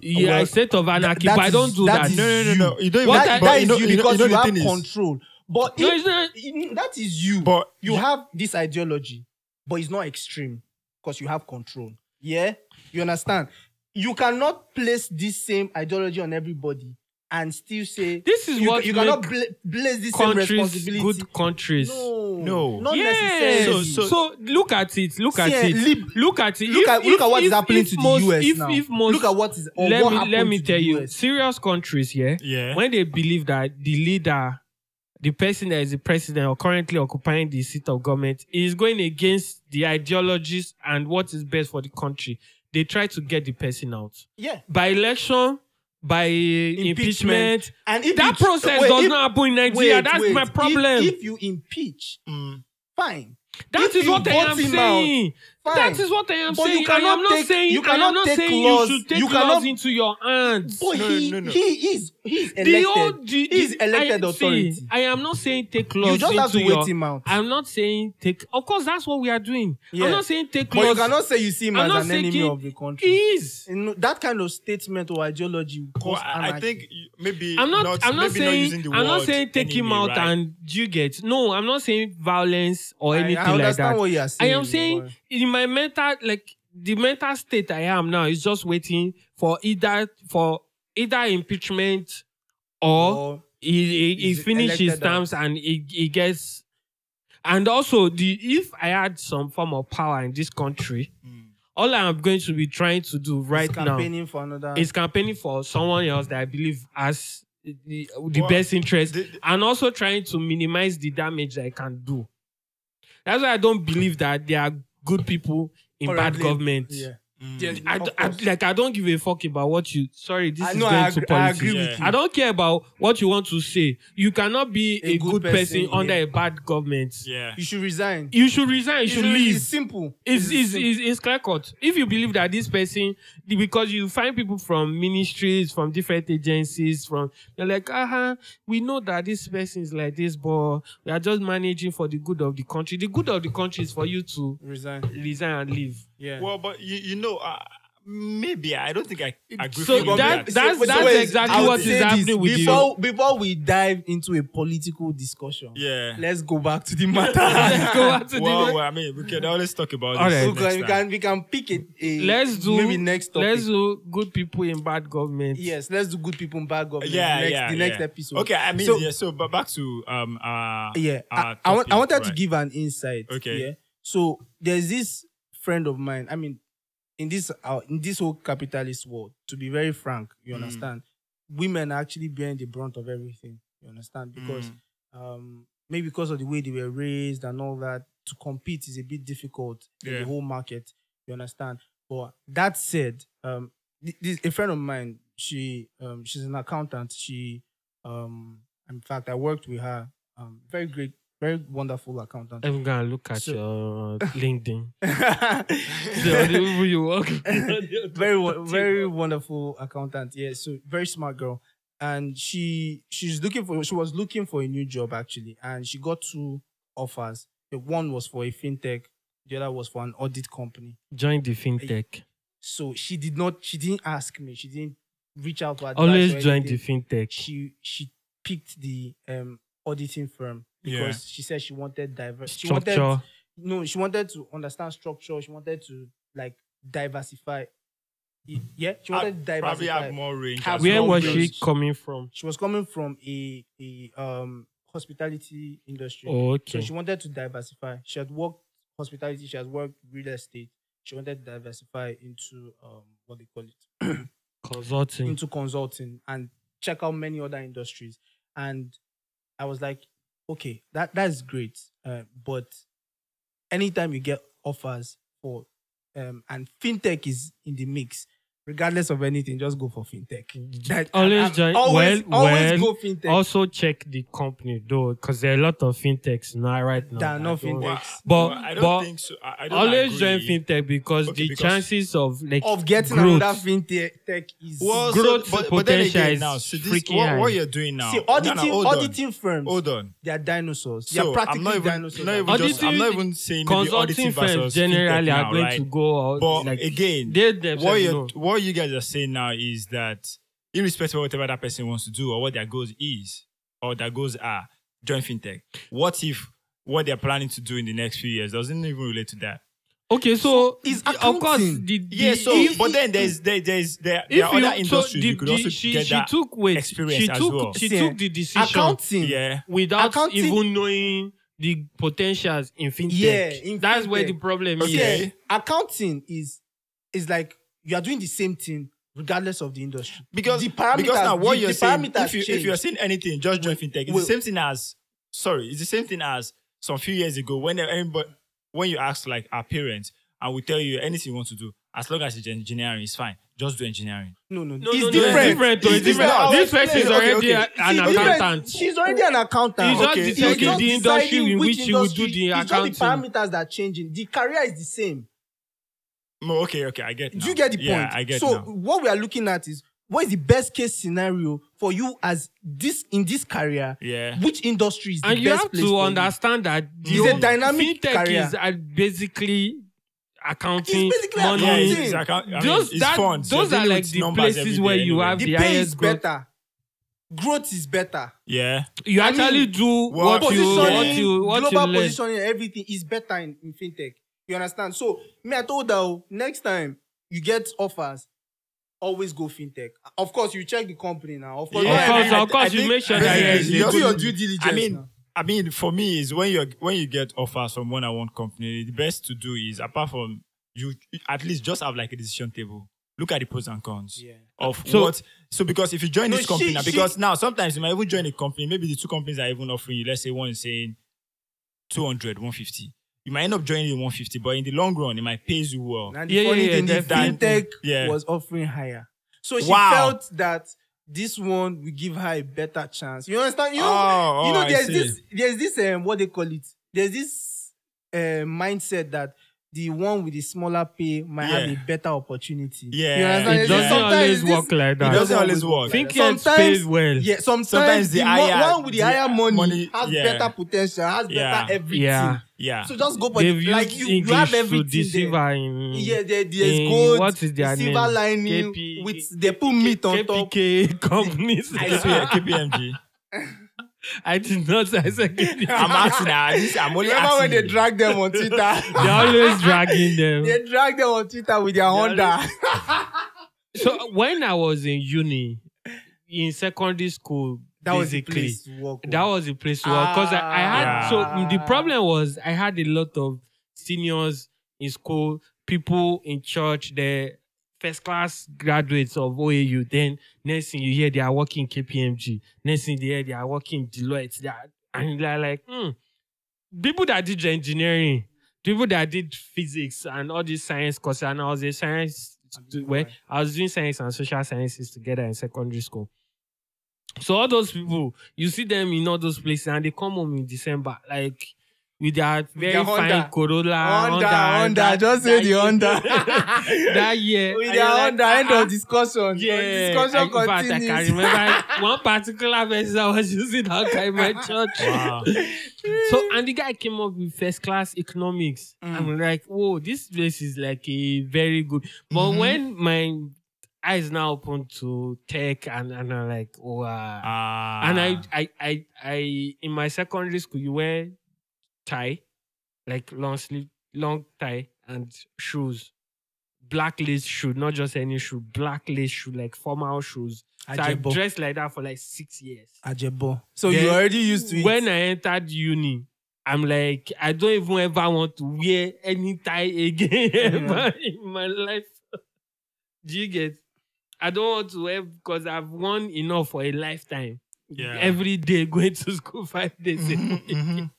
Speaker 6: yeah,
Speaker 5: Well,
Speaker 6: state of anarchy,
Speaker 4: that
Speaker 6: but I
Speaker 4: is-
Speaker 6: don't do
Speaker 4: that
Speaker 6: that.
Speaker 4: is
Speaker 5: No, no, no, no. You don't
Speaker 6: What
Speaker 5: even,
Speaker 6: I-
Speaker 4: that,
Speaker 5: but
Speaker 4: that
Speaker 5: you
Speaker 4: is
Speaker 5: know,
Speaker 4: you
Speaker 5: you know-
Speaker 4: because
Speaker 5: you know
Speaker 4: you
Speaker 5: the
Speaker 4: have
Speaker 5: thing is-
Speaker 4: control. But
Speaker 6: No,
Speaker 4: if-
Speaker 6: it's not-
Speaker 4: in- that is you.
Speaker 5: But
Speaker 4: you
Speaker 5: yeah.
Speaker 4: have this ideology. but it's not extreme because you have control. Yeah, you understand. You cannot place this same ideology on everybody and still say
Speaker 6: This is
Speaker 4: you,
Speaker 6: what
Speaker 4: you
Speaker 6: make
Speaker 4: cannot bla- place this same
Speaker 6: countries
Speaker 4: responsibility.
Speaker 6: good countries.
Speaker 4: No,
Speaker 5: No.
Speaker 4: not
Speaker 6: Yes. So,
Speaker 4: necessarily.
Speaker 6: so, look at it. Look at
Speaker 4: See, eh,
Speaker 6: it.
Speaker 4: lib-
Speaker 6: look at it.
Speaker 4: look
Speaker 6: If-
Speaker 4: at
Speaker 6: if-
Speaker 4: look at what is
Speaker 6: if-
Speaker 4: happening
Speaker 6: if
Speaker 4: to the
Speaker 6: most-
Speaker 4: US
Speaker 6: if,
Speaker 4: now.
Speaker 6: If most,
Speaker 4: look at what is or
Speaker 6: let
Speaker 4: what
Speaker 6: me
Speaker 4: happened
Speaker 6: let me
Speaker 4: to the
Speaker 6: tell you,
Speaker 4: US.
Speaker 6: serious countries, yeah,
Speaker 5: Yeah.
Speaker 6: when they believe that the leader, the person that is the president or currently occupying the seat of government, is going against the ideologies and what is best for the country, they try to get the person out
Speaker 4: Yeah,
Speaker 6: by election, by impeachment.
Speaker 4: and if
Speaker 6: That
Speaker 4: you-
Speaker 6: process
Speaker 4: wait,
Speaker 6: does
Speaker 4: if-
Speaker 6: not happen in Nigeria.
Speaker 4: wait,
Speaker 6: That's
Speaker 4: wait.
Speaker 6: my
Speaker 4: If-
Speaker 6: problem.
Speaker 4: If, you impeach,
Speaker 5: Mm.
Speaker 4: fine.
Speaker 6: That
Speaker 4: if
Speaker 6: is
Speaker 4: you
Speaker 6: what I am
Speaker 4: vote him out,
Speaker 6: saying.
Speaker 4: fine.
Speaker 6: That is what I am
Speaker 4: But you
Speaker 6: saying. I am
Speaker 4: cannot
Speaker 6: not
Speaker 4: take-
Speaker 6: saying
Speaker 4: you
Speaker 6: I am
Speaker 4: cannot
Speaker 6: not
Speaker 4: take
Speaker 6: saying
Speaker 4: laws-
Speaker 6: you should take
Speaker 4: you
Speaker 6: laws
Speaker 4: cannot-
Speaker 6: into your hands.
Speaker 4: But
Speaker 5: No,
Speaker 4: oh, he,
Speaker 5: no, no.
Speaker 4: he is he is
Speaker 6: The
Speaker 4: elected.
Speaker 6: old- the-
Speaker 4: he is
Speaker 6: the-
Speaker 4: elected
Speaker 6: I, see,
Speaker 4: authority.
Speaker 6: I am not saying take laws
Speaker 4: you just
Speaker 6: into
Speaker 4: have to
Speaker 6: your.
Speaker 4: wait him out.
Speaker 6: I'm not saying take. Of course, that's what we are doing.
Speaker 4: Yeah.
Speaker 6: I'm not saying take
Speaker 4: But you
Speaker 6: laws.
Speaker 4: cannot say you see him
Speaker 6: I'm not
Speaker 4: as an enemy
Speaker 6: saying-
Speaker 4: of the country.
Speaker 6: He is.
Speaker 4: You know, that kind of statement or ideology will cause
Speaker 5: Well, I I
Speaker 4: anarchy.
Speaker 5: think you- maybe
Speaker 6: I'm not. I'm not
Speaker 5: maybe not
Speaker 6: saying.
Speaker 5: using the
Speaker 6: I'm not
Speaker 5: word
Speaker 6: saying take him
Speaker 5: enemy,
Speaker 6: out
Speaker 5: right?
Speaker 6: and you get. No, I'm not saying violence or
Speaker 4: I-
Speaker 6: anything
Speaker 4: I,
Speaker 6: like
Speaker 4: understand
Speaker 6: that.
Speaker 4: what you are
Speaker 6: I
Speaker 4: saying.
Speaker 6: am saying
Speaker 4: but-
Speaker 6: in my mental, like the mental state I am now is just waiting for either for either impeachment or
Speaker 4: or
Speaker 6: he, he, he
Speaker 4: is
Speaker 6: finish his
Speaker 4: elected out.
Speaker 6: terms and he, he gets. And also, the if I had some form of power in this country,
Speaker 4: Hmm.
Speaker 5: Mm.
Speaker 6: all I'm going to be trying to do right
Speaker 4: he's
Speaker 6: now
Speaker 4: campaigning for another.
Speaker 6: is campaigning for someone else that I believe has the, the
Speaker 5: Well,
Speaker 6: best interest
Speaker 5: The- the-
Speaker 6: and also trying to minimize the damage I can do. That's why I don't believe that there are good people in bad
Speaker 4: Currently,
Speaker 6: government.
Speaker 4: yeah.
Speaker 5: mm.
Speaker 4: Yeah,
Speaker 6: I,
Speaker 4: of
Speaker 6: d- I-
Speaker 4: course.
Speaker 6: like I don't give a fuck about what you. Sorry, this
Speaker 4: I
Speaker 6: is
Speaker 4: know,
Speaker 6: going
Speaker 4: I
Speaker 6: to
Speaker 4: agree- I
Speaker 6: politics.
Speaker 4: agree
Speaker 5: with you.
Speaker 6: I don't care about what you want to say. You cannot be a, good, person,
Speaker 4: yeah.
Speaker 6: under a bad government.
Speaker 5: yeah.
Speaker 4: you should resign.
Speaker 6: You should resign. You, should leave.
Speaker 4: It's simple.
Speaker 6: It's, it's,
Speaker 4: simple.
Speaker 6: it's, it's clear cut. If you believe that this person, because you find people from ministries, from different agencies, from they're like, ah, uh-huh, we know that this person is like this, but we are just managing for the good of the country. The good of the country is for you to
Speaker 4: resign.
Speaker 6: resign and leave.
Speaker 4: Yeah.
Speaker 5: Well, but you, you know, uh, maybe I don't think I agree
Speaker 6: So
Speaker 5: with you on
Speaker 6: that-
Speaker 5: that.
Speaker 6: that's- that's
Speaker 4: wait,
Speaker 6: exactly
Speaker 4: I would
Speaker 6: what is
Speaker 4: say this
Speaker 6: happening with you.
Speaker 4: before, Before we dive into a political discussion,
Speaker 5: yeah.
Speaker 4: let's go back to the matter.
Speaker 6: Let's go back to the- Mm.
Speaker 5: well, well, I mean, we can always talk about
Speaker 6: All
Speaker 5: this
Speaker 6: right.
Speaker 4: we,
Speaker 5: next
Speaker 4: can, we,
Speaker 5: time.
Speaker 4: can, we can pick it. A,
Speaker 6: Let's do
Speaker 4: maybe next topic.
Speaker 6: Let's do good people in bad government.
Speaker 4: Yes, let's do good people in bad government.
Speaker 5: yeah,
Speaker 4: next,
Speaker 5: yeah,
Speaker 4: the next
Speaker 5: yeah.
Speaker 4: episode.
Speaker 5: Okay, I mean,
Speaker 4: So-
Speaker 5: yeah. So, but back to um, uh,
Speaker 4: Yeah, I,
Speaker 5: our
Speaker 4: I, want, I
Speaker 5: topic,
Speaker 4: wanted to
Speaker 5: right.
Speaker 4: give an insight.
Speaker 5: Okay.
Speaker 4: Yeah. So there's this friend of mine. I mean, in this uh, in this whole capitalist world, to be very frank, you
Speaker 5: Mm.
Speaker 4: understand, women are actually bearing the brunt of everything. You understand because
Speaker 5: Mm.
Speaker 4: um, maybe because of the way they were raised and all that, to compete is a bit difficult in
Speaker 5: Yeah.
Speaker 4: the whole market. You understand? But that said, um, th- this, a friend of mine, she um, she's an accountant. She, um, in fact, I worked with her. Um, very great, very wonderful accountant.
Speaker 6: I'm gonna look at
Speaker 4: So-
Speaker 6: your LinkedIn. The other people you work with.
Speaker 4: very wo- very wonderful accountant. Yeah, so very smart girl, and she she's looking for she was looking for a new job actually, and she got two offers. The one was for a fintech, the other was for an audit company.
Speaker 6: Join the fintech.
Speaker 4: So she did not she didn't ask me. She didn't reach out to advice
Speaker 6: Always
Speaker 4: or
Speaker 6: join the
Speaker 4: anything.
Speaker 6: fintech.
Speaker 4: She she picked the um auditing firm because
Speaker 5: Yeah.
Speaker 4: she said she wanted diverse. She wanted
Speaker 6: Structure.
Speaker 4: no, she wanted to understand structure. She wanted to like diversify. Y- Yeah, she
Speaker 5: I
Speaker 4: wanted to
Speaker 5: probably
Speaker 4: diversify.
Speaker 5: have more range.
Speaker 4: Have
Speaker 5: as
Speaker 6: Where
Speaker 5: well,
Speaker 6: was she
Speaker 5: because-
Speaker 6: coming from?
Speaker 4: she was coming from a, a um hospitality industry,
Speaker 6: Oh,
Speaker 4: so
Speaker 6: okay.
Speaker 4: she wanted to diversify. She had worked hospitality. She has worked real estate. She wanted to diversify into um what they call it
Speaker 6: consulting.
Speaker 4: into consulting and check out many other industries. And I was like, okay, that that's great. Uh, but anytime you get offers for um, and fintech is in the mix, regardless of anything, just go for fintech. That-
Speaker 6: Mm-hmm. Always
Speaker 4: I'm-
Speaker 6: join-
Speaker 4: always,
Speaker 6: well,
Speaker 4: always
Speaker 6: well,
Speaker 4: go fintech.
Speaker 6: Also check the company though, because there are a lot of fintechs now right now.
Speaker 4: There are
Speaker 6: that
Speaker 4: no
Speaker 6: don't-
Speaker 4: fintech.
Speaker 5: Well,
Speaker 4: Next.
Speaker 6: But-
Speaker 5: I don't
Speaker 6: but
Speaker 5: think so. I, I don't
Speaker 6: Always
Speaker 5: agree.
Speaker 6: join fintech because
Speaker 5: Okay,
Speaker 6: the
Speaker 5: because-
Speaker 6: chances of like
Speaker 4: of getting
Speaker 6: growth,
Speaker 4: another fintech tech is
Speaker 5: Well,
Speaker 6: Growth
Speaker 5: so, but, but then
Speaker 6: potential
Speaker 5: again,
Speaker 6: is
Speaker 5: now, so this,
Speaker 6: freaking
Speaker 5: what,
Speaker 6: high.
Speaker 5: what you're doing now?
Speaker 4: see
Speaker 5: No, no,
Speaker 4: auditing
Speaker 5: hold on.
Speaker 4: auditing firms.
Speaker 5: Hold on.
Speaker 4: They are dinosaurs. they
Speaker 5: So
Speaker 4: are practically
Speaker 5: I'm not even,
Speaker 4: dinosaurs.
Speaker 5: not even just,
Speaker 6: Auditing-
Speaker 5: I'm not even saying maybe
Speaker 6: consulting
Speaker 5: auditing
Speaker 6: firms
Speaker 5: versus
Speaker 6: generally
Speaker 5: fintech
Speaker 6: are
Speaker 5: now,
Speaker 6: going
Speaker 5: right?
Speaker 6: to go out.
Speaker 5: But
Speaker 6: like,
Speaker 5: again,
Speaker 6: they
Speaker 5: what
Speaker 6: themselves
Speaker 5: you
Speaker 6: know.
Speaker 5: what you guys are saying now is that irrespective of whatever that person wants to do or what their goals is or their goals are, join fintech. What if what they're planning to do in the next few years doesn't even relate to that.
Speaker 6: Okay, so,
Speaker 4: it's
Speaker 6: of course,
Speaker 4: accounting.
Speaker 6: the, the,
Speaker 5: Yeah, so
Speaker 6: if-
Speaker 5: but then there's there, there's there, there are
Speaker 6: you-
Speaker 5: other
Speaker 6: so
Speaker 5: industries
Speaker 6: the-
Speaker 5: you could
Speaker 6: the-
Speaker 5: also
Speaker 6: she,
Speaker 5: get
Speaker 6: she
Speaker 5: that.
Speaker 6: took wait,
Speaker 5: experience
Speaker 6: she
Speaker 5: as
Speaker 6: took
Speaker 5: well.
Speaker 6: she
Speaker 4: See,
Speaker 6: took the decision
Speaker 4: accounting.
Speaker 5: Yeah,
Speaker 6: without
Speaker 4: accounting-
Speaker 6: even knowing the potentials in fintech.
Speaker 4: Yeah, in
Speaker 6: that's where the
Speaker 4: fintech.
Speaker 6: problem
Speaker 5: Okay.
Speaker 6: is.
Speaker 4: Yeah, accounting is is like you are doing the same thing regardless of the industry.
Speaker 5: because
Speaker 4: the parameters,
Speaker 5: because now what
Speaker 4: the,
Speaker 5: you're
Speaker 4: the
Speaker 5: saying,
Speaker 4: parameters
Speaker 5: if you if
Speaker 4: change.
Speaker 5: you're saying anything, just join fintech. It's
Speaker 4: wait.
Speaker 5: the same thing as sorry, it's the same thing as some few years ago when everybody when you ask like our parents and we tell you anything you want to do as long as it's engineering, it's fine. Just do engineering.
Speaker 4: no, no,
Speaker 6: No,
Speaker 4: it's
Speaker 6: no, no,
Speaker 4: different.
Speaker 6: it's different. though,
Speaker 5: It's
Speaker 6: It's different. This
Speaker 5: different.
Speaker 6: person is
Speaker 5: Okay, okay,
Speaker 6: already
Speaker 5: okay.
Speaker 6: an
Speaker 4: It's different.
Speaker 6: accountant.
Speaker 4: She's already an accountant.
Speaker 6: He's
Speaker 5: just
Speaker 4: He's
Speaker 5: deciding
Speaker 4: just
Speaker 6: the industry
Speaker 4: deciding
Speaker 6: in which he will do
Speaker 4: industry-
Speaker 6: the
Speaker 4: it's just the
Speaker 6: accounting.
Speaker 4: parameters that changing. The career is the same.
Speaker 5: No, okay, okay, I get.
Speaker 4: Do
Speaker 5: now.
Speaker 4: you get the
Speaker 5: yeah,
Speaker 4: point?
Speaker 5: I get.
Speaker 4: so
Speaker 5: now.
Speaker 4: what we are looking at is what is the best case scenario for you as this in this career?
Speaker 5: Yeah.
Speaker 4: Which industry is the
Speaker 6: and you
Speaker 4: best
Speaker 6: have
Speaker 4: place for
Speaker 6: to understand that the
Speaker 4: It's a
Speaker 6: whole
Speaker 4: dynamic
Speaker 6: fintech
Speaker 4: career.
Speaker 6: is uh, basically accounting,
Speaker 4: It's basically
Speaker 6: money.
Speaker 5: Yeah,
Speaker 4: accounting.
Speaker 5: it's, it's, like, I mean,
Speaker 6: Those-
Speaker 5: it's
Speaker 6: that-
Speaker 5: fun. So
Speaker 6: those
Speaker 5: you're
Speaker 6: are
Speaker 5: dealing
Speaker 6: like
Speaker 5: with
Speaker 6: the
Speaker 5: numbers
Speaker 6: places
Speaker 5: every
Speaker 6: where
Speaker 5: day
Speaker 6: you
Speaker 5: anyway.
Speaker 6: have
Speaker 4: You? The
Speaker 6: the
Speaker 4: pay is
Speaker 6: highest growth.
Speaker 4: better. Growth is better.
Speaker 5: Yeah,
Speaker 6: You
Speaker 4: I
Speaker 6: actually
Speaker 4: mean,
Speaker 6: do what you
Speaker 4: positioning,
Speaker 6: what you what you
Speaker 4: global
Speaker 6: learn.
Speaker 4: positioning, everything is better in, in fintech. You understand? So me, I told her "Oh, next time you get offers, always go fintech. Of course, you check the company now. Of course,
Speaker 5: Yeah,
Speaker 4: not
Speaker 6: Of course,
Speaker 4: every-
Speaker 5: I-
Speaker 6: of course,
Speaker 5: I
Speaker 6: you
Speaker 5: think-
Speaker 6: make sure
Speaker 5: I
Speaker 6: that
Speaker 5: think
Speaker 6: yeah,
Speaker 5: it's
Speaker 6: they
Speaker 5: your
Speaker 6: do
Speaker 4: do your
Speaker 6: the-
Speaker 4: due diligence.
Speaker 5: I mean,
Speaker 4: now.
Speaker 5: I mean, for me is when you when you get offers from one and one company, the best to do is apart from you at least just have like a decision table. Look at the pros and cons
Speaker 4: Yeah.
Speaker 5: of
Speaker 6: So-
Speaker 5: what. So because if you join
Speaker 4: No,
Speaker 5: this company
Speaker 4: she-
Speaker 5: now,
Speaker 4: she-
Speaker 5: because now sometimes you might even join a company, maybe the two companies are even offering you. Let's say one is saying 200, 150. You might end up joining the 150, but in the long run, it might pay you well.
Speaker 4: and the
Speaker 6: Yeah, yeah,
Speaker 4: funny
Speaker 6: yeah,
Speaker 4: thing is,
Speaker 5: definitely.
Speaker 4: fintech
Speaker 5: Yeah.
Speaker 4: was offering higher, so she
Speaker 5: Wow.
Speaker 4: felt that this one will give her a better chance. You understand? You know,
Speaker 5: Oh, oh,
Speaker 4: you know,
Speaker 5: I
Speaker 4: there's
Speaker 5: see.
Speaker 4: this, there's this, um, what they call it. There's this uh, mindset that the one with the smaller pay might have
Speaker 5: Yeah.
Speaker 4: a better opportunity.
Speaker 5: Yeah.
Speaker 4: you understand?
Speaker 5: It
Speaker 4: It's
Speaker 5: doesn't
Speaker 4: just sometimes
Speaker 6: always
Speaker 4: it's this-
Speaker 6: work like that.
Speaker 5: It doesn't always work.
Speaker 4: like that.
Speaker 6: Thinkers pays well.
Speaker 4: Yeah, sometimes,
Speaker 5: Sometimes
Speaker 4: the,
Speaker 5: the
Speaker 4: mo-
Speaker 5: higher-
Speaker 4: one with the,
Speaker 5: the
Speaker 4: higher money,
Speaker 5: money-
Speaker 4: has
Speaker 5: yeah.
Speaker 4: better potential, has
Speaker 5: Yeah.
Speaker 4: better everything.
Speaker 6: Yeah.
Speaker 5: Yeah.
Speaker 4: So just go for
Speaker 6: They've
Speaker 4: it.
Speaker 6: used
Speaker 4: Like you,
Speaker 6: English
Speaker 4: you have
Speaker 6: to
Speaker 4: everything.
Speaker 6: deceive
Speaker 4: there.
Speaker 6: her in
Speaker 4: Yeah, there, there's
Speaker 6: Hmm. in-
Speaker 4: gold,
Speaker 6: what is their
Speaker 4: silver
Speaker 6: name?
Speaker 4: lining
Speaker 6: KP
Speaker 4: with they put meat on top.
Speaker 6: KPK companies.
Speaker 5: I swear, KPMG.
Speaker 6: I did not. I said
Speaker 5: I'm asking. now, this- I'm only
Speaker 4: Remember when
Speaker 5: asking
Speaker 4: they
Speaker 5: you.
Speaker 4: drag them on Twitter?
Speaker 6: they're always dragging them.
Speaker 4: they drag them on Twitter with their Honda.
Speaker 6: So when I was in uni, in secondary school, basically,
Speaker 4: to work. oh.
Speaker 6: that was the place to work because I, I
Speaker 4: Ah.
Speaker 6: had so the problem was I had a lot of seniors in school, people in church, the first class graduates of OAU. Then next thing you hear, they are working KPMG. Next thing you hear, they are working Deloitte. They are, and they're like, hmm, people that did engineering, people that did physics and all these science courses. And I was a science, stu- well, I was doing science and social sciences together in secondary school. So all those people, you see them in all those places, and they come home in December, like with their very
Speaker 4: their
Speaker 6: fine
Speaker 4: Honda.
Speaker 6: Corolla,
Speaker 4: Honda, Honda,
Speaker 6: that-
Speaker 4: just say
Speaker 6: that
Speaker 4: the
Speaker 6: year-
Speaker 4: Honda.
Speaker 6: that year,
Speaker 4: with
Speaker 6: and
Speaker 4: their
Speaker 6: you're like,
Speaker 4: Honda, end
Speaker 6: "Ah,
Speaker 4: of discussion.
Speaker 6: yeah, I,
Speaker 4: discussion
Speaker 6: in fact, I
Speaker 4: continues.
Speaker 6: can remember one particular verse I was using that guy in my church.
Speaker 5: Wow.
Speaker 6: So, and the guy came up with first class economics.
Speaker 4: Mm.
Speaker 6: I'm like, whoa, this place is like a very good. But
Speaker 4: Mm-hmm.
Speaker 6: when my eyes now open to tech, and, and I'm like, wow.
Speaker 5: Ah.
Speaker 6: and I, I, I, I, in my secondary school, you wear tie, like long sleeve, long tie, and shoes, black lace shoe, not just any shoe, black lace shoe, like formal shoes. So I
Speaker 4: Ajebo.
Speaker 6: dressed like that for like six years.
Speaker 4: Ajebo. So
Speaker 6: Then-
Speaker 4: you already used to it.
Speaker 6: When I entered uni, I'm like, I don't even ever want to wear any tie again ever in my life. Do you get? I don't want to wear because I've worn enough for a lifetime.
Speaker 5: Yeah.
Speaker 6: Every day going to school five days a
Speaker 5: Mhm,
Speaker 6: week.
Speaker 5: mhm.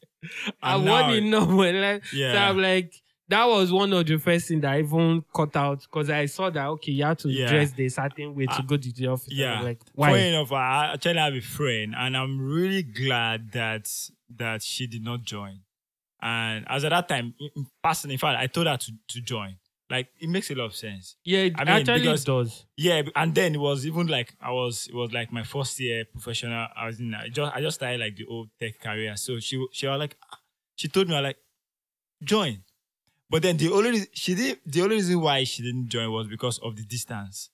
Speaker 6: I
Speaker 5: And
Speaker 6: won
Speaker 5: now-
Speaker 6: enough for a life. So
Speaker 5: Yeah.
Speaker 6: I'm like, that was one of the first thing that I even cut out because I saw that okay, you have to
Speaker 5: Yeah.
Speaker 6: dress the certain way to
Speaker 5: Ah,
Speaker 6: go to the office. I
Speaker 5: yeah.
Speaker 6: was like, why?
Speaker 5: Funny enough, I actually have a friend, and I'm really glad that that she did not join. And as at that time, in- in person, in fact, I told her to, to join. Like it makes a lot of sense.
Speaker 6: yeah, it
Speaker 5: I mean,
Speaker 6: actually
Speaker 5: because-
Speaker 6: does.
Speaker 5: Yeah, and then it was even like I was it was like my first year professional. I was in I just I just started like the old tech career. So she she was like ah. she told me I was like join. But then the only reas- she did the only reason why she didn't join was because of the distance.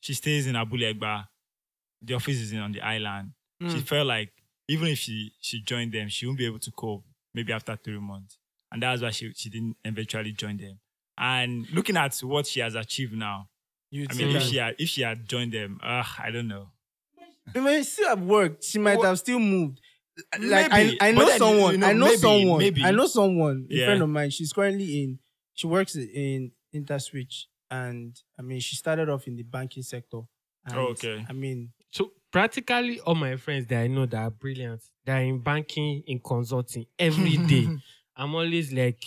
Speaker 5: She stays in Abulegba. The office is in, on the island. She felt like even if she she joined them, she won't be able to cope. maybe after three months. And that's why she, she didn't eventually join them. And looking at what she has achieved now,
Speaker 4: You
Speaker 5: I mean, if
Speaker 4: that-
Speaker 5: she had, if she had joined them, uh, I don't know.
Speaker 4: She may still have worked. She might
Speaker 5: Wha-
Speaker 4: have still moved. Like
Speaker 5: Maybe,
Speaker 4: I, I
Speaker 5: but
Speaker 4: know
Speaker 5: then,
Speaker 4: someone.
Speaker 5: you know,
Speaker 4: I know
Speaker 5: maybe-
Speaker 4: someone.
Speaker 5: maybe.
Speaker 4: I know someone. A
Speaker 5: Yeah.
Speaker 4: friend of mine. She's currently in. She works in InterSwitch, and I mean, she started off in the banking sector. And,
Speaker 5: Oh, okay.
Speaker 4: I mean,
Speaker 6: So practically all my friends that I know that are brilliant, that are in banking, in consulting every day. I'm always like,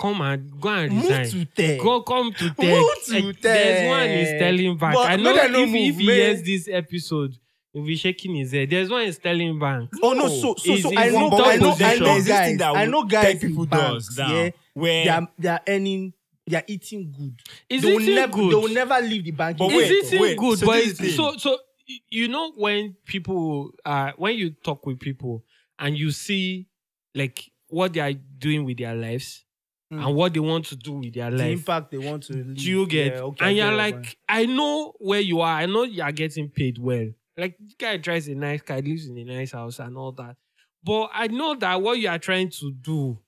Speaker 6: come and go and
Speaker 4: move
Speaker 6: resign.
Speaker 4: to tech.
Speaker 6: Go come to tech.
Speaker 4: Move to
Speaker 6: Eh, There's one
Speaker 4: tech.
Speaker 6: is telling back.
Speaker 4: But
Speaker 6: I know
Speaker 4: make I
Speaker 6: if,
Speaker 4: no
Speaker 6: if
Speaker 4: move,
Speaker 6: he
Speaker 4: man.
Speaker 6: hears this episode, he'll be shaking his head. There's one is telling back.
Speaker 4: Oh no! So so
Speaker 6: Is
Speaker 4: so
Speaker 6: in
Speaker 4: I know
Speaker 6: one
Speaker 4: I know I
Speaker 6: position.
Speaker 4: know
Speaker 5: There's this
Speaker 4: guys.
Speaker 5: thing that
Speaker 4: I
Speaker 5: will
Speaker 4: know
Speaker 5: take
Speaker 4: guys in
Speaker 5: people Eh.
Speaker 4: banks.
Speaker 5: doors down.
Speaker 4: Yeah,
Speaker 5: Where
Speaker 4: they are they are earning. They are eating good.
Speaker 6: Is
Speaker 4: they will
Speaker 6: it
Speaker 4: never
Speaker 6: good?
Speaker 4: they will never leave the banking.
Speaker 5: But
Speaker 6: is
Speaker 5: wait,
Speaker 6: it still
Speaker 5: wait,
Speaker 6: good?
Speaker 5: so
Speaker 6: but
Speaker 5: this
Speaker 6: it's-
Speaker 5: thing-
Speaker 6: so so y- you know when people uh when you talk with people and you see like what they are doing with their lives
Speaker 5: Hmm.
Speaker 4: Mm.
Speaker 6: and what they want to do with their
Speaker 4: the
Speaker 6: life.
Speaker 4: impact they want to. Leave.
Speaker 6: Do you get?
Speaker 4: Yeah, okay, I
Speaker 6: and
Speaker 4: get
Speaker 6: you're
Speaker 4: your
Speaker 6: like,
Speaker 4: point.
Speaker 6: I know where you are. I know you are getting paid well. Like this guy drives a nice car, lives in a nice house, and all that. But I know that what you are trying to do.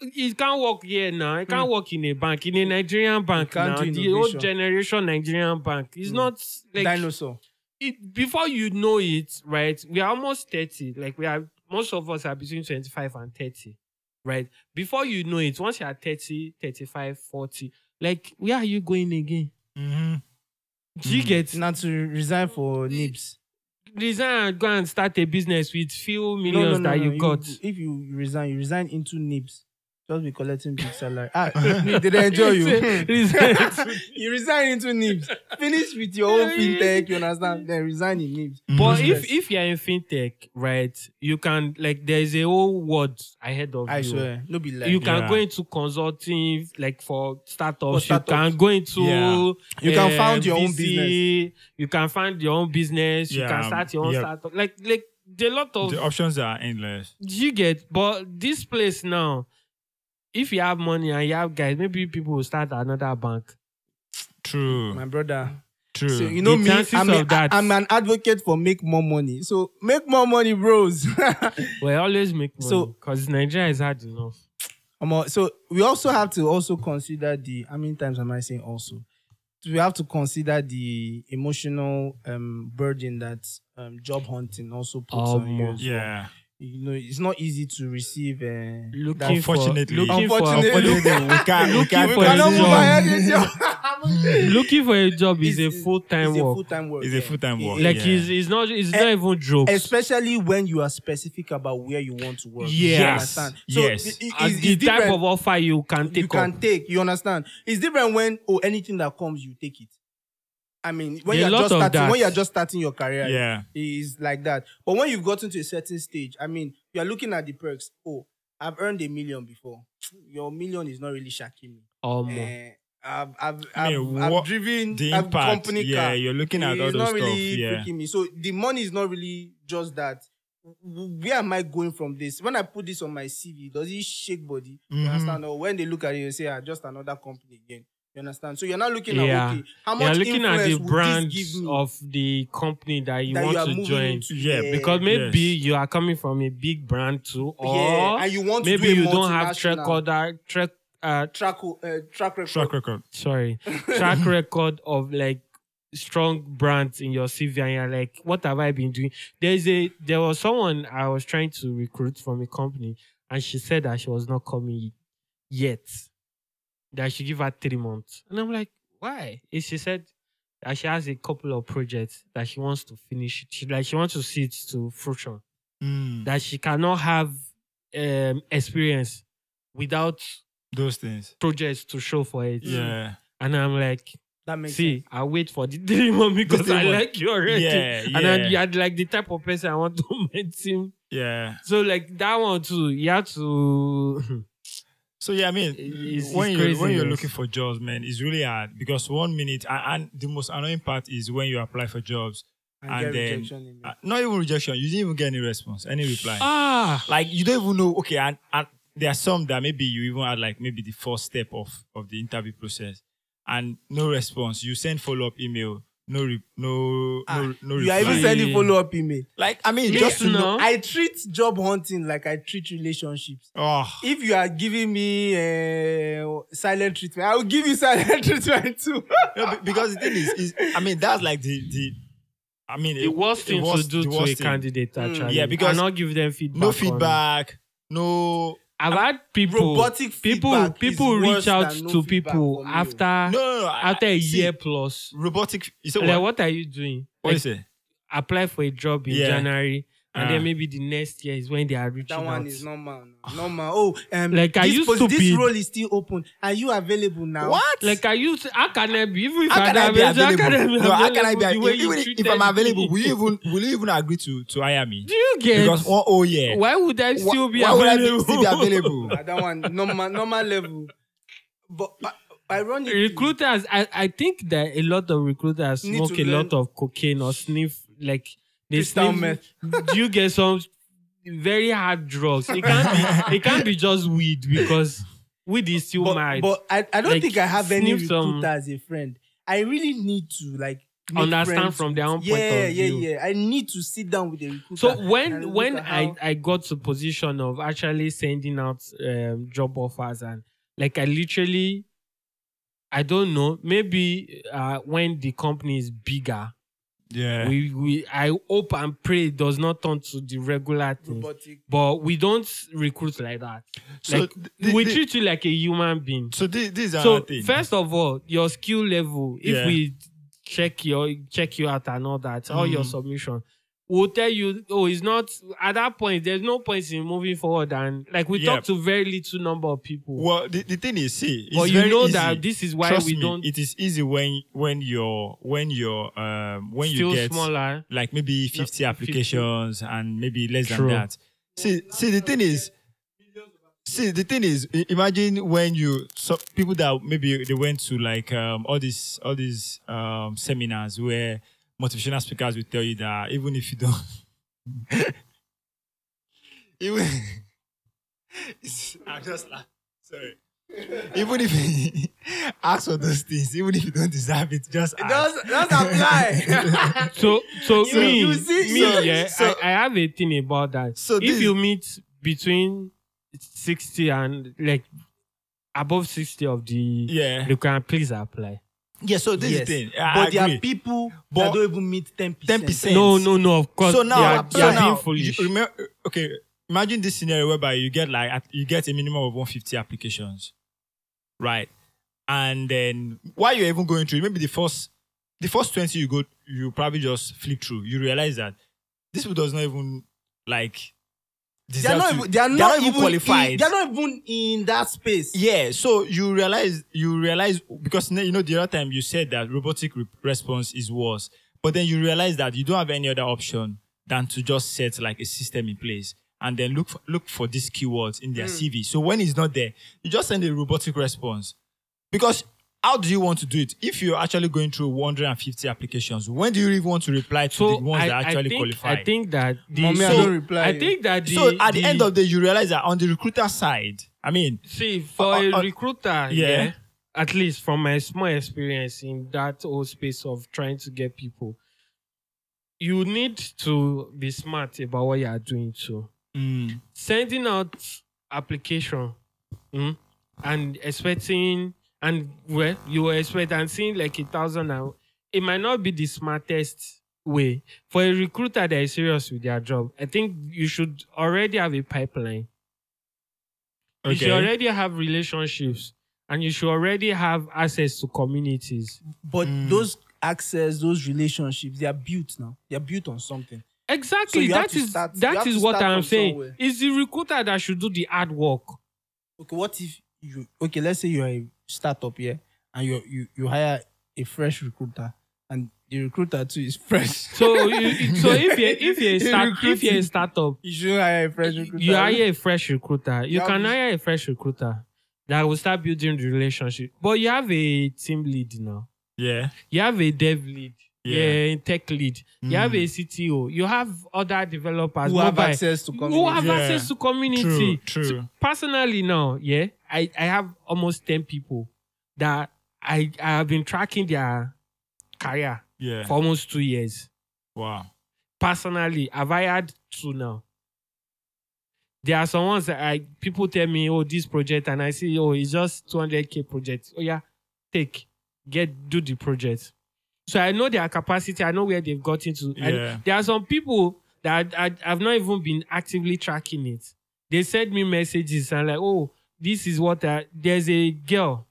Speaker 6: It can't work here now. It can't work in a bank, in a Nigerian bank
Speaker 4: Hmm. can't
Speaker 6: now.
Speaker 4: do
Speaker 6: The old
Speaker 4: innovation.
Speaker 6: generation Nigerian bank. It's
Speaker 4: Mm.
Speaker 6: not like
Speaker 4: dinosaur.
Speaker 6: it before you know it, right? We are almost 30. Like we are most of us are between 25 and 30. Right? Before you know it, once you are 30, 35, 40, like where are you going again?
Speaker 5: Mhm.
Speaker 6: Do you
Speaker 5: Mm.
Speaker 6: get
Speaker 4: Now to resign for NIPS.
Speaker 6: design and go and start a business with few millions that you got?
Speaker 4: if you resign, you resign into NIPS. Just be collecting big salary. Ah, did they enjoy you?
Speaker 6: Resign to-
Speaker 4: you resign into NIPS. Finish with your own fintech, you understand? Then resign in NIPS.
Speaker 6: but if
Speaker 4: Business.
Speaker 6: if you're in fintech, right, you can like there's a whole world ahead of
Speaker 4: I
Speaker 6: you.
Speaker 4: swear, no be like
Speaker 6: Oh, you
Speaker 4: you,
Speaker 6: can
Speaker 5: Yeah.
Speaker 6: go into consulting like for startups,
Speaker 4: For startups.
Speaker 6: you can go into
Speaker 5: Yeah.
Speaker 4: You can
Speaker 6: eh,
Speaker 4: found your own
Speaker 6: VC, you can find your own business you can
Speaker 5: Yeah,
Speaker 6: start your own
Speaker 5: yeah.
Speaker 6: startup like like there are a lot of
Speaker 5: the options are endless.
Speaker 6: you get but this place now if you have money and you have guys maybe people will start another bank
Speaker 5: True,
Speaker 4: my brother.
Speaker 5: true.
Speaker 4: So you know
Speaker 6: The
Speaker 4: me,
Speaker 6: chances
Speaker 4: I'm, a,
Speaker 6: of that-
Speaker 4: I'm an advocate for make more money. So make more money, bros.
Speaker 6: we always make money
Speaker 4: So-
Speaker 6: because Nigeria is hard enough
Speaker 4: Omo, Um, uh, so we also have to also consider the how many times am I saying also? We have to consider the emotional um, burden that um, job hunting also puts on you.
Speaker 6: Omo.
Speaker 4: as well.
Speaker 5: yeah,
Speaker 4: You know, it's not easy to receive. Uh,
Speaker 6: looking
Speaker 4: that-
Speaker 6: for
Speaker 5: Unfortunately.
Speaker 6: looking for,
Speaker 4: Unfortunately.
Speaker 5: Unfortunately, we can't. We can't.
Speaker 6: for a
Speaker 5: find
Speaker 6: job.
Speaker 5: a job.
Speaker 6: looking for a job is a
Speaker 4: It's-
Speaker 6: full-time
Speaker 4: it's a
Speaker 6: work
Speaker 4: full-time work.
Speaker 5: It's a
Speaker 4: yeah.
Speaker 5: full-time work.
Speaker 6: like
Speaker 5: Yeah.
Speaker 6: it's, it's not it's
Speaker 4: Eh,
Speaker 6: not even jokes
Speaker 4: Especially when you are specific about where you want to work. You
Speaker 5: Yes.
Speaker 4: understand?
Speaker 5: Yes.
Speaker 4: it- it-
Speaker 6: as
Speaker 4: it's
Speaker 6: the type
Speaker 4: different.
Speaker 6: of offer you can take
Speaker 4: you can
Speaker 6: up.
Speaker 4: take. You understand? It's different when oh anything that comes, you take it. I mean, when
Speaker 6: There
Speaker 4: you're
Speaker 6: are
Speaker 4: just
Speaker 6: lot of
Speaker 4: starting, when
Speaker 6: that.
Speaker 4: you're just starting your career,
Speaker 5: Yeah.
Speaker 4: it's like that. But when you've gotten to a certain stage, I mean, you're looking at the perks. Oh, I've earned a million before. Your million is not really shaking me.
Speaker 6: Um,
Speaker 4: Eh, I've I've
Speaker 5: Mm. I
Speaker 4: I've,
Speaker 5: mean,
Speaker 4: I've
Speaker 5: what-
Speaker 4: driven
Speaker 5: The
Speaker 4: I've
Speaker 5: impact.
Speaker 4: company
Speaker 5: Yeah,
Speaker 4: car.
Speaker 5: you're looking at
Speaker 4: Eh, it's
Speaker 5: all those
Speaker 4: not
Speaker 5: stuff.
Speaker 4: really
Speaker 5: yeah.
Speaker 4: freaking me. So the money is not really just that. W- Where am I going from this? When I put this on my CV, does it shake body? You
Speaker 5: Mhm.
Speaker 6: Mm-hmm.
Speaker 4: understand? Or when they look at it, you say, ah, just another company again. You understand? So you're not looking
Speaker 6: Yeah.
Speaker 4: at okay, how
Speaker 6: You're
Speaker 4: much
Speaker 6: looking at
Speaker 4: influence
Speaker 6: the
Speaker 4: will
Speaker 6: brand
Speaker 4: this give me
Speaker 6: of the company that you
Speaker 4: that
Speaker 6: want
Speaker 4: you are
Speaker 6: to
Speaker 4: moving
Speaker 6: join.
Speaker 4: into?
Speaker 5: Yeah,
Speaker 6: Because maybe
Speaker 5: Yes.
Speaker 6: you are coming from a big brand too, or
Speaker 4: yeah, and you want
Speaker 6: maybe
Speaker 4: to do a
Speaker 6: you don't have track
Speaker 4: multinational
Speaker 6: order, track, uh,
Speaker 4: track uh, track record.
Speaker 5: Track record.
Speaker 6: sorry, track record of like strong brands in your CV, and you're like, what have I been doing? There's a there was someone I was trying to recruit from a company, and she said that she was not coming yet. That I should give her three months, and I'm like, why? And she said that she has a couple of projects that she wants to finish. She like she wants to see it to fruition
Speaker 5: Mm.
Speaker 6: that she cannot have um, experience without
Speaker 5: Those things.
Speaker 6: projects to show for it.
Speaker 5: Yeah.
Speaker 6: And I'm like,
Speaker 4: That makes
Speaker 6: see,
Speaker 4: sense.
Speaker 6: I wait for the dream one because
Speaker 5: three
Speaker 6: I
Speaker 5: months.
Speaker 6: like you already.
Speaker 5: Yeah.
Speaker 6: And then you
Speaker 5: Yeah.
Speaker 6: had like the type of person I want to meet him.
Speaker 5: Yeah.
Speaker 6: So like that one too, you have to
Speaker 5: So yeah, I mean,
Speaker 6: It's- it's
Speaker 5: Hmm. when you when you're
Speaker 6: craziness.
Speaker 5: looking for jobs, man, it's really hard because one minute and, and the most annoying part is when you apply for jobs,
Speaker 4: And,
Speaker 5: and
Speaker 4: get
Speaker 5: then-
Speaker 4: rejection in
Speaker 5: uh,
Speaker 4: there.
Speaker 5: not even rejection, you didn't even get any response, any reply.
Speaker 6: ah
Speaker 5: like you don't even know. Okay, and, and there are some that maybe you even had like maybe the first step of of the interview process, and no response. You send follow up email, no, re- no,
Speaker 4: Ah,
Speaker 5: no, no.
Speaker 4: you are even
Speaker 5: reply.
Speaker 4: sending follow up email.
Speaker 5: like I mean,
Speaker 6: Me
Speaker 5: just to
Speaker 6: too.
Speaker 5: know.
Speaker 6: No.
Speaker 4: I treat job hunting like I treat relationships.
Speaker 5: Oh,
Speaker 4: If you are giving me uh, silent treatment, I will give you silent treatment too.
Speaker 5: no, be- because the thing is, is, I mean, that's like the the. I mean,
Speaker 6: The worst thing
Speaker 5: worst-
Speaker 6: to do
Speaker 5: the
Speaker 6: to a
Speaker 5: worst thing. Hmm,
Speaker 6: candidate
Speaker 4: Mm.
Speaker 6: actually.
Speaker 5: Yeah, because
Speaker 6: and not give them feedback.
Speaker 5: No
Speaker 6: on-
Speaker 5: feedback. No,
Speaker 6: I've had people
Speaker 4: Robotic
Speaker 6: people
Speaker 4: feedback
Speaker 6: people
Speaker 4: is worse
Speaker 6: reach out
Speaker 4: than no
Speaker 6: to
Speaker 4: feedback
Speaker 6: people
Speaker 4: from you.
Speaker 6: after
Speaker 5: no, no, no. I-
Speaker 6: after a
Speaker 5: see,
Speaker 6: year plus.
Speaker 5: robotic. You said
Speaker 6: Like,
Speaker 5: what?
Speaker 6: what are you doing?
Speaker 5: What you
Speaker 6: Like,
Speaker 5: say?
Speaker 6: apply for a job in
Speaker 5: Yeah.
Speaker 6: January, and
Speaker 5: Ah.
Speaker 6: then maybe the next year is when they are reaching
Speaker 4: That one
Speaker 6: out.
Speaker 4: is normal. now. Normal. Oh, um,
Speaker 6: Like, are
Speaker 4: this,
Speaker 6: you
Speaker 4: posi- this
Speaker 6: stupid?
Speaker 4: role is still open. Are you available now?
Speaker 5: What?
Speaker 6: Like, are you? How can I be? Even if
Speaker 5: how
Speaker 6: I'm
Speaker 5: can I be
Speaker 6: available,
Speaker 5: available? No,
Speaker 6: How
Speaker 5: how
Speaker 6: can I be
Speaker 5: av-
Speaker 6: available? the way you
Speaker 5: even if
Speaker 6: treated
Speaker 5: I'm
Speaker 6: me?
Speaker 5: available, will you even will you even agree to to hire me?
Speaker 6: Do you get?
Speaker 5: Because oh, oh yeah,
Speaker 6: why would I
Speaker 5: Wha-
Speaker 6: still be
Speaker 5: why would I
Speaker 6: available?
Speaker 5: be, still be available?
Speaker 4: Ah, that one normal normal level. But uh, ironically,
Speaker 6: recruiters, I, I think that a lot of recruiters
Speaker 4: Need
Speaker 6: smoke
Speaker 4: to
Speaker 6: a
Speaker 4: learn-
Speaker 6: lot of cocaine or sniff like they
Speaker 4: Crystal
Speaker 6: sniff. do you get some very hard drugs? It can't be. It can't be just weed because weed is still
Speaker 4: but,
Speaker 6: mad.
Speaker 4: but I, I don't
Speaker 6: Like,
Speaker 4: think I have any
Speaker 6: sniff some-
Speaker 4: recruiter as a friend. I really need to like make
Speaker 6: Understand
Speaker 4: friends
Speaker 6: from their
Speaker 4: with-
Speaker 6: own point
Speaker 4: yeah,
Speaker 6: of
Speaker 4: yeah,
Speaker 6: view.
Speaker 4: yeah. I need to sit down with the recruiter.
Speaker 6: So
Speaker 4: and
Speaker 6: when
Speaker 4: look
Speaker 6: when
Speaker 4: at
Speaker 6: I,
Speaker 4: how-
Speaker 6: I got to position of actually sending out um, job offers and like I literally I don't know maybe uh, when the company is bigger
Speaker 5: yeah,
Speaker 6: we, we I hope and pray it does not turn to the regular thing
Speaker 4: robotic,
Speaker 6: but we don't recruit like that
Speaker 5: So
Speaker 6: like
Speaker 5: the-
Speaker 6: we
Speaker 5: the-
Speaker 6: treat you like a human being
Speaker 5: so this, this is
Speaker 6: so
Speaker 5: another thing.
Speaker 6: first of all, your skill level, if
Speaker 5: Yeah.
Speaker 6: we check your check you out and all that, all your
Speaker 5: Mm.
Speaker 6: submission, we'll tell you, oh, it's not at that point, there's no point in moving forward. And like we
Speaker 5: Yeah.
Speaker 6: talk to very little number of people.
Speaker 5: well, the, the thing is, see, it's
Speaker 6: but you
Speaker 5: very
Speaker 6: know
Speaker 5: easy.
Speaker 6: that this is why
Speaker 5: Trust
Speaker 6: we
Speaker 5: me,
Speaker 6: don't
Speaker 5: It is easy when when you're when you're um when
Speaker 6: still
Speaker 5: you get
Speaker 6: smaller.
Speaker 5: like maybe 50 applications and maybe less
Speaker 6: True.
Speaker 5: than that. See, see, the thing is, see, the thing is, i- imagine when you so people that maybe they went to like um, all these all these um, seminars where motivational speakers will tell you that even if you don't, even It's- I'm just laughing. Sorry. Even if ask for those things, even if you don't deserve it, just
Speaker 4: it
Speaker 5: ask.
Speaker 4: does does apply.
Speaker 6: So so
Speaker 4: You-
Speaker 6: me,
Speaker 4: you see-
Speaker 6: me
Speaker 4: so-
Speaker 6: yeah,
Speaker 5: so-
Speaker 6: I, I have a thing about that.
Speaker 5: So
Speaker 6: if
Speaker 5: this-
Speaker 6: you meet between 60 and like above 60 of the
Speaker 5: Yeah.
Speaker 6: you can please apply.
Speaker 5: Yeah, so this
Speaker 4: Yes,
Speaker 5: is the thing. I
Speaker 4: but there
Speaker 5: agree.
Speaker 4: are people
Speaker 5: But-
Speaker 4: that don't even meet ten
Speaker 5: ten percent.
Speaker 6: No, no, no. Of course,
Speaker 5: So now,
Speaker 6: they are,
Speaker 5: so
Speaker 6: they are
Speaker 5: now,
Speaker 6: being foolish.
Speaker 5: You remember, okay, imagine this scenario whereby you get like at- you get a minimum of one fifty applications, right? And then while you're even going through, it, maybe the first the first twenty you go, you probably just flip through. You realize that this people does not even like.
Speaker 4: They are
Speaker 5: deserve
Speaker 4: not.
Speaker 5: to-
Speaker 4: even- They are
Speaker 5: they
Speaker 4: not,
Speaker 5: are not even
Speaker 4: In,
Speaker 5: qualified.
Speaker 4: they are not even in that space.
Speaker 5: Yeah, so you realize you realize because you know the other time you said that robotic re- response is worse, but then you realize that you don't have any other option than to just set like a system in place and then look for, look for these keywords in
Speaker 6: Hmm.
Speaker 5: their CV. So when it's not there, you just send a robotic response because how do you want to do it if you're actually going through 150 applications? When do you even want to reply to
Speaker 6: so
Speaker 5: the ones
Speaker 6: I,
Speaker 5: that
Speaker 6: I
Speaker 5: actually
Speaker 6: think,
Speaker 5: qualified?
Speaker 6: I think that the
Speaker 4: Mommy, I
Speaker 6: so,
Speaker 4: don't reply.
Speaker 6: I think that the,
Speaker 5: so at the, end of the day, you realize that on the recruiter side, I mean,
Speaker 6: see for
Speaker 5: Uh, uh,
Speaker 6: a
Speaker 5: uh,
Speaker 6: recruiter, yeah.
Speaker 5: yeah.
Speaker 6: At least from my small experience in that whole space of trying to get people, you need to be smart about what you are doing too. Hmm. Sending out application mm, and expecting and well, you were expecting and seeing like a thousand now. It might not be the smartest way for a recruiter that is serious with their job. I think you should already have a pipeline. You should
Speaker 5: okay,
Speaker 6: already have relationships and you should already have access to communities.
Speaker 4: But
Speaker 5: Mm.
Speaker 4: those access, those relationships, they are built now. They are built on something.
Speaker 6: Exactly.
Speaker 4: you have
Speaker 6: that
Speaker 4: to
Speaker 6: is
Speaker 4: start- you
Speaker 6: that
Speaker 4: have
Speaker 6: is
Speaker 4: to
Speaker 6: what
Speaker 4: start
Speaker 6: I'm
Speaker 4: from
Speaker 6: saying.
Speaker 4: somewhere.
Speaker 6: It's the recruiter that should do the hard work.
Speaker 4: Okay, what if you? Okay, let's say you are a startup here, and you you you hire a fresh recruiter, and the recruiter too is fresh.
Speaker 6: So you, so if you if you
Speaker 4: You
Speaker 6: start
Speaker 4: recruit-
Speaker 6: if you're a startup
Speaker 4: You should hire a fresh recruiter.
Speaker 6: you hire a fresh recruiter. You
Speaker 4: Yeah,
Speaker 6: can
Speaker 4: we-
Speaker 6: hire a fresh recruiter that will start building the relationship. But you have a team lead now.
Speaker 5: yeah.
Speaker 6: You have a dev lead.
Speaker 5: Yeah.
Speaker 6: Yeah, tech lead. You
Speaker 5: Mm.
Speaker 6: have a CTO. You have other developers
Speaker 4: who have
Speaker 6: mobile,
Speaker 4: access to community.
Speaker 6: who have
Speaker 5: Yeah.
Speaker 6: access to community.
Speaker 5: True, true.
Speaker 6: So personally, now, yeah, I, I have almost ten people that I I have been tracking their career
Speaker 5: Yeah.
Speaker 6: for almost two years.
Speaker 5: Wow.
Speaker 6: Personally, have I had two now? There are some ones that I people tell me, oh, this project, and I say, oh, it's just 200k project. Oh yeah, take, get, do the project. So I know their capacity. I know where they've gotten to. I-
Speaker 5: Yeah.
Speaker 6: there are some people that I, have not even been actively tracking it. They send me messages and like, oh, this is what I, there's a girl.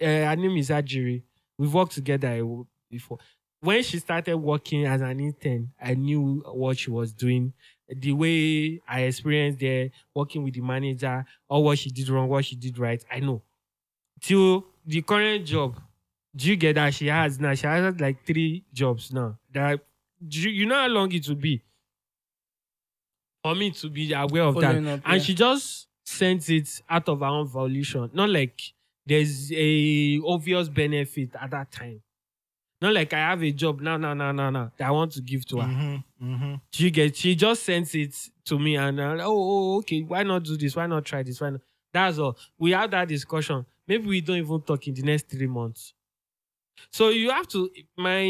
Speaker 6: Uh, her name is Ajiri. We've worked together a w- before. When she started working as an intern, I knew what she was doing. The way I experienced there, working with the manager, or what she did wrong, what she did right, I know. Till the current job, do you get that she has now? She has like three jobs now. That I- do you, you know how long it will be for me to be aware of that
Speaker 4: Following up,
Speaker 6: and
Speaker 4: yeah.
Speaker 6: she just sent it out of her own volition not like there's a obvious benefit at that time not like i have a job now now now now now that i want to give to her
Speaker 5: Mm-hmm. Mm-hmm.
Speaker 6: she get she just sends it to me and I'm like, oh, oh okay why not do this why not try this why not that's all we have that discussion maybe we don't even talk in the next three months so you have to my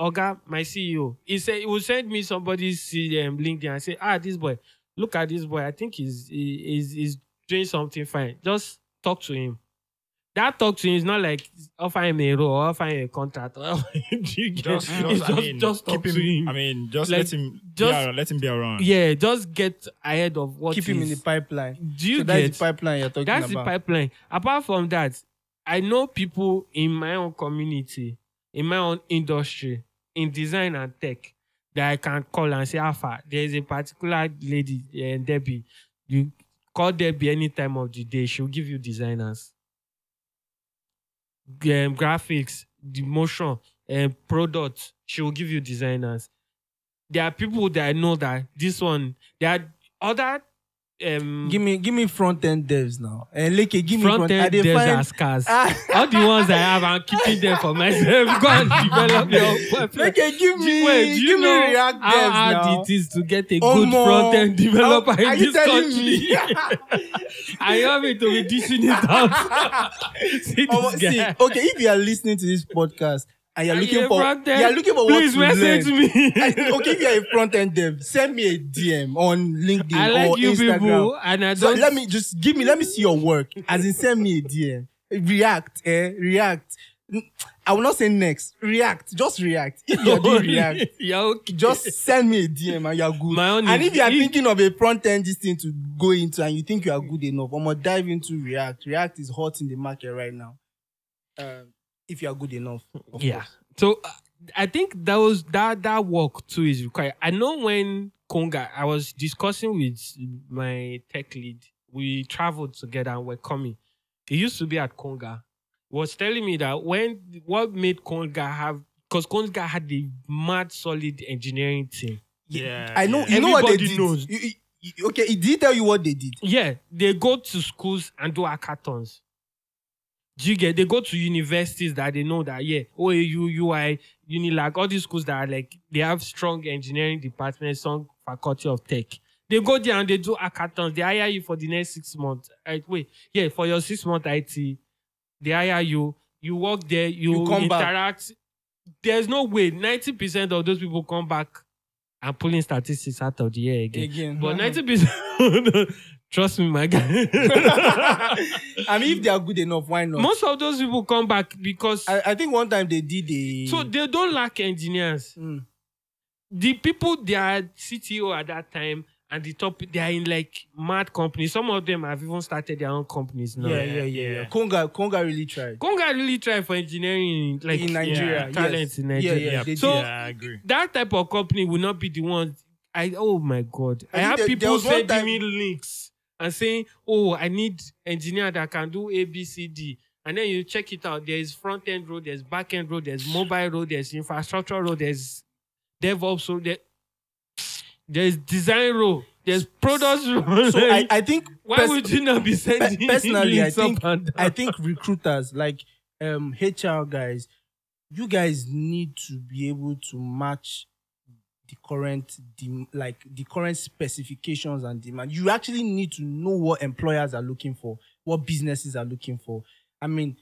Speaker 6: oga my ceo he said he will send me somebody's um, linkedin and say ah this boy look at this boy i think he's he, he's, he's doing something fine just talk to him that talk to him is not like offer him a role or offer him a contract or you get-
Speaker 5: Just,
Speaker 6: it's
Speaker 5: just, I mean,
Speaker 6: just talk
Speaker 5: keep him,
Speaker 6: to him
Speaker 5: I mean, just
Speaker 6: Like,
Speaker 5: let him.
Speaker 6: just-
Speaker 5: yeah, let him be around.
Speaker 6: yeah, just get ahead of what
Speaker 4: Keep him in the
Speaker 6: is-
Speaker 4: pipeline.
Speaker 6: Do you
Speaker 4: so that's
Speaker 6: get
Speaker 4: the pipeline you're talking
Speaker 6: that's the
Speaker 4: about.
Speaker 6: pipeline? Apart from that, I know people in my own community, in my own industry, in design and tech, that I can call and say, Alpha, there's a particular lady, eh, Debbie. You call Debbie any time of the day, she'll give you designers, um, graphics, the motion, and product. She will give you designers. There are people that I know that this one, there are other. Um,
Speaker 4: Mm. Give me, give me front end devs now. And Leke, give me
Speaker 6: front end
Speaker 4: I dey
Speaker 6: devs
Speaker 4: find- Ah.
Speaker 6: are scarce. All the ones I have, I'm keeping them for myself. Go and develop your website.
Speaker 4: Leke, give me,
Speaker 6: Wait, do you
Speaker 4: give
Speaker 6: know
Speaker 4: me React
Speaker 6: how
Speaker 4: devs
Speaker 6: hard
Speaker 4: now.
Speaker 6: it is to get a good
Speaker 4: Omo,
Speaker 6: front end developer
Speaker 4: how- are
Speaker 6: in
Speaker 4: you
Speaker 6: this
Speaker 4: telling
Speaker 6: country?
Speaker 4: me?
Speaker 6: I have it to be dishing it out. see this
Speaker 4: Omo,
Speaker 6: guy.
Speaker 4: Oh, see, okay, if you are listening to this podcast and you're
Speaker 6: Are
Speaker 4: looking
Speaker 6: you a
Speaker 4: for,
Speaker 6: front end?
Speaker 4: you're looking for
Speaker 6: Please
Speaker 4: what to
Speaker 6: message
Speaker 4: learn.
Speaker 6: me.
Speaker 4: I- okay, if you're a front end dev, send me a DM on LinkedIn
Speaker 6: I
Speaker 4: or
Speaker 6: like you
Speaker 4: Instagram.
Speaker 6: people, and I
Speaker 4: So
Speaker 6: don't.
Speaker 4: let me just give me, let me see your work. As in, send me a DM. React, eh? React. N- I will not say next. React. Just react. If you're doing react,
Speaker 6: You're okay.
Speaker 4: just send me a DM and you're good.
Speaker 6: My own
Speaker 4: and
Speaker 6: is-
Speaker 4: if you are
Speaker 6: if-
Speaker 4: thinking of a front end this thing to go into and you think you are good enough, I'm gonna dive into React. React is hot in the market right now. Um, if you are good enough, of
Speaker 6: yeah.
Speaker 4: course.
Speaker 6: So uh, I think that was that that work too is required. I know when Conga, I was discussing with my tech lead. We traveled together and we're coming. He used to be at Conga. He was telling me that when what made Conga have because Conga had a mad solid engineering team.
Speaker 5: Yeah.
Speaker 4: I know.
Speaker 5: yeah.
Speaker 4: You know what they
Speaker 6: Everybody
Speaker 4: did.
Speaker 6: knows.
Speaker 4: You- you- you- okay, it did tell you what they did.
Speaker 6: Yeah, they go to schools and do hackathons. Do you get? They go to universities that they know that yeah, OAU, UI, Unilag, all these schools that are like they have strong engineering departments, strong faculty of tech. They go there and they do hackathons. They hire you for the next six months. Uh, wait, yeah, for your six month IT, they hire you. You work there. You,
Speaker 4: You come back.
Speaker 6: interact. There's no way ninety percent of those people come back and pulling statistics out of the air again.
Speaker 4: Again,
Speaker 6: But ninety percent, trust me, my guy.
Speaker 4: I mean, if they are good enough, why not?
Speaker 6: Most of those people come back because
Speaker 4: I, I think one time they did a.
Speaker 6: so they don't lack engineers.
Speaker 4: Mm.
Speaker 6: The people they are CTO at that time and the top they are in like mad companies. Some of them have even started their own companies now.
Speaker 4: yeah, yeah, yeah, yeah,
Speaker 5: Yeah.
Speaker 4: Conga, Conga really tried.
Speaker 6: Conga really tried for engineering like
Speaker 4: in Nigeria,
Speaker 6: yeah, talent
Speaker 4: yes.
Speaker 6: in Nigeria.
Speaker 4: Yeah, yeah, they
Speaker 6: So-
Speaker 4: did.
Speaker 5: yeah, I agree.
Speaker 6: That type of company will not be the one. I oh my god!
Speaker 4: I
Speaker 6: I,
Speaker 4: think there-
Speaker 6: have
Speaker 4: there
Speaker 6: people
Speaker 4: was one
Speaker 6: sending
Speaker 4: time-
Speaker 6: me links and saying, "Oh, I need engineer that can do A, B, C, D." And then you check it out. There is front end road, there's back end road, there's mobile road, there's infrastructure road, there's DevOps road, there- there's design road, there's product road.
Speaker 4: So I, I think
Speaker 6: Why
Speaker 4: pers-
Speaker 6: would you not be sending
Speaker 4: Pe- personally, I
Speaker 6: links
Speaker 4: think-
Speaker 6: up and down?
Speaker 4: I think recruiters like um HR guys, you guys need to be able to match the current dem- like the current specifications and demand. You actually need to know what employers are looking for, what businesses are looking for. I mean,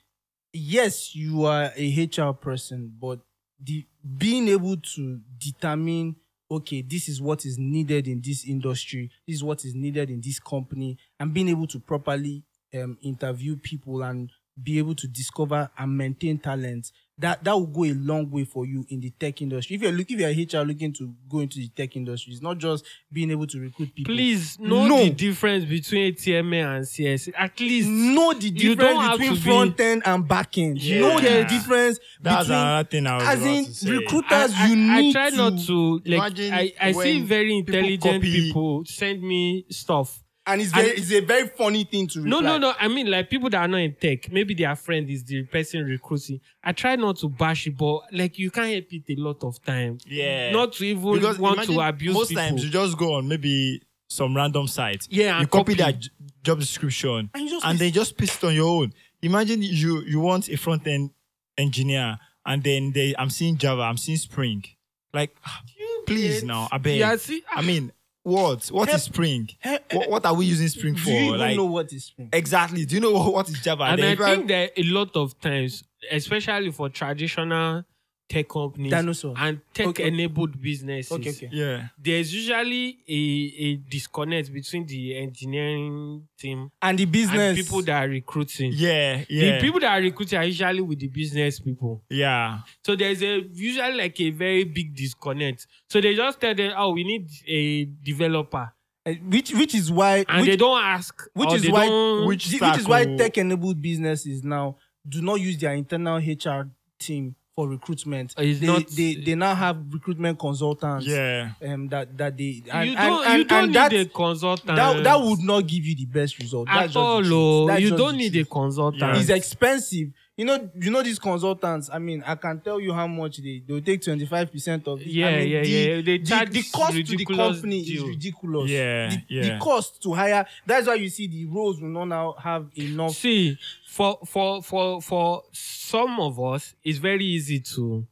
Speaker 4: yes, you are a HR person, but the being able to determine okay this is what is needed in this industry this is what is needed in this company and being able to properly um, interview people and be able to discover and maintain talent that that will go a long way for you in the tech industry if you're looking if you're HR looking to go into the tech industry it's not just being able to recruit people
Speaker 6: Please know
Speaker 4: No.
Speaker 6: the difference between TMA and CS. At least
Speaker 4: know the
Speaker 6: You don't
Speaker 4: difference
Speaker 6: have
Speaker 4: between
Speaker 6: to be-
Speaker 4: front end and back end
Speaker 7: Yeah.
Speaker 4: know the
Speaker 7: Yeah.
Speaker 4: difference
Speaker 7: That's
Speaker 4: between
Speaker 7: another thing I was
Speaker 4: as
Speaker 7: about
Speaker 4: in
Speaker 7: to say.
Speaker 4: recruit-
Speaker 6: I,
Speaker 4: Because
Speaker 6: I,
Speaker 4: you
Speaker 6: I
Speaker 4: need
Speaker 6: try not
Speaker 4: to
Speaker 6: to like.
Speaker 5: imagine
Speaker 6: I, I see
Speaker 5: when
Speaker 6: very
Speaker 5: people
Speaker 6: intelligent
Speaker 5: copy-
Speaker 6: people send me stuff.
Speaker 4: and it's
Speaker 6: And-
Speaker 4: very, it's a very funny thing to reply.
Speaker 6: No, no, no. I mean, like people that are not in tech. Maybe their friend is the person recruiting. I try not to bash it, but like you can't help it a lot of time.
Speaker 7: Yeah.
Speaker 6: Not to even
Speaker 5: Because
Speaker 6: want
Speaker 5: imagine
Speaker 6: to abuse
Speaker 5: most
Speaker 6: people.
Speaker 5: times you just go on maybe some random site.
Speaker 6: yeah,
Speaker 5: you
Speaker 6: and
Speaker 5: copy, that j- job description
Speaker 4: And you just
Speaker 5: and then just paste it on your own. Imagine you you want a front end engineer and then they I'm seeing Java, I'm seeing Spring. Like, ah, please
Speaker 6: get-
Speaker 5: now, I beg.
Speaker 6: Yeah, see,
Speaker 5: I mean, what? What is Spring? What, what are we using Spring for?
Speaker 4: do you even
Speaker 5: like,
Speaker 4: know what is spring
Speaker 5: exactly. Do you know what, what is Java?
Speaker 6: and
Speaker 5: Then
Speaker 6: I
Speaker 5: if I-
Speaker 6: think that a lot of times, especially for traditional tech companies
Speaker 4: Dinosaur.
Speaker 6: and
Speaker 4: Okay.
Speaker 6: tech-enabled businesses,
Speaker 4: okay okay
Speaker 5: yeah.
Speaker 6: there's usually a, a disconnect between the engineering team
Speaker 4: and the business
Speaker 6: and people that are recruiting.
Speaker 5: Yeah,
Speaker 6: The
Speaker 5: yeah,
Speaker 6: people that are recruiting are usually with the business people.
Speaker 5: yeah.
Speaker 6: So there's a usually like a very big disconnect. So they just tell them, oh, we need a developer.
Speaker 4: Uh, which which is why
Speaker 6: And
Speaker 4: which,
Speaker 6: they don't ask.
Speaker 4: which
Speaker 6: or
Speaker 4: is
Speaker 6: they
Speaker 4: why
Speaker 6: don't-
Speaker 5: which
Speaker 4: thi-
Speaker 5: stack
Speaker 4: is why
Speaker 5: will-
Speaker 4: tech enabled businesses now do not use their internal HR team for recruitment.
Speaker 6: Uh, it's
Speaker 4: they,
Speaker 6: not-
Speaker 4: they they now have recruitment consultants.
Speaker 5: Yeah.
Speaker 4: Um, that that they and,
Speaker 6: you don't,
Speaker 4: and, and,
Speaker 6: you don't
Speaker 4: and
Speaker 6: need
Speaker 4: that,
Speaker 6: a consultant.
Speaker 4: that that would not give you the best result. That's
Speaker 6: at
Speaker 4: just the
Speaker 6: all.
Speaker 4: truth.
Speaker 6: oh.
Speaker 4: That's
Speaker 6: You
Speaker 4: just
Speaker 6: don't
Speaker 4: the
Speaker 6: need
Speaker 4: truth.
Speaker 6: a consultant.
Speaker 5: Yeah.
Speaker 4: It's expensive. You know, you know these consultants. I mean, I can tell you how much they they'll take twenty five percent of. the-
Speaker 6: Yeah,
Speaker 4: I mean,
Speaker 6: yeah,
Speaker 4: the,
Speaker 6: yeah. They
Speaker 4: The,
Speaker 6: charge
Speaker 4: the cost to the
Speaker 6: ridiculous
Speaker 4: company
Speaker 6: deal.
Speaker 4: is ridiculous.
Speaker 5: Yeah,
Speaker 4: the, the
Speaker 5: yeah.
Speaker 4: cost to hire. That's why you see the roles will not now have enough.
Speaker 6: See, for for for for some of us, it's very easy to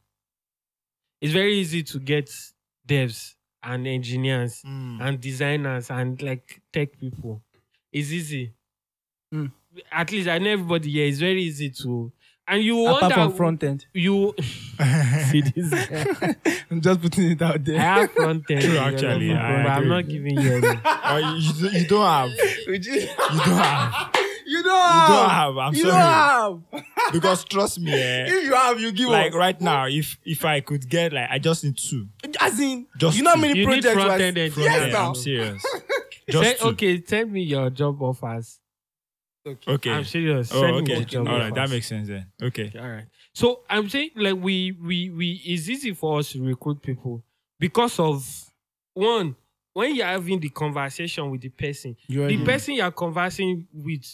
Speaker 6: it's very easy to get devs and engineers
Speaker 5: Mm.
Speaker 6: and designers and like tech people. It's easy.
Speaker 5: Hmm.
Speaker 4: Mm.
Speaker 6: At least I know everybody here. It's very easy to, and you
Speaker 4: apart
Speaker 6: wonder
Speaker 4: from front end,
Speaker 6: you see this. guy.
Speaker 4: I'm just putting it out
Speaker 6: I
Speaker 4: there.
Speaker 6: have front end,
Speaker 5: True, actually,
Speaker 6: development,
Speaker 5: I
Speaker 6: but I'm
Speaker 5: agree.
Speaker 6: not giving you. Any.
Speaker 5: Or you, do- you don't have. You
Speaker 4: Which is-
Speaker 5: don't have.
Speaker 4: you don't
Speaker 5: You
Speaker 4: have.
Speaker 5: don't have. I'm
Speaker 4: Oh, You
Speaker 5: sorry.
Speaker 4: don't have.
Speaker 5: Because trust me, eh,
Speaker 4: If you have, you give
Speaker 5: like
Speaker 4: us.
Speaker 5: right now, if if I could get like I just need two.
Speaker 4: As in,
Speaker 5: Just
Speaker 4: you know how many
Speaker 6: You need
Speaker 4: projects?
Speaker 6: front
Speaker 4: was-
Speaker 6: end
Speaker 5: From
Speaker 6: engineers.
Speaker 4: Yes,
Speaker 5: there,
Speaker 4: now.
Speaker 5: I'm serious.
Speaker 6: Say-
Speaker 5: Just two.
Speaker 6: okay, tell me your job offers.
Speaker 5: Okay.
Speaker 6: I'm serious.
Speaker 5: oh,
Speaker 6: Send me
Speaker 5: okay.
Speaker 6: your job
Speaker 5: All right, that
Speaker 6: offers.
Speaker 5: makes sense then. Okay.
Speaker 6: All right. So I'm saying like we we we it's easy for us to recruit people because of one when you're having the conversation with the person,
Speaker 4: You are
Speaker 6: the
Speaker 4: in-
Speaker 6: person you're conversing with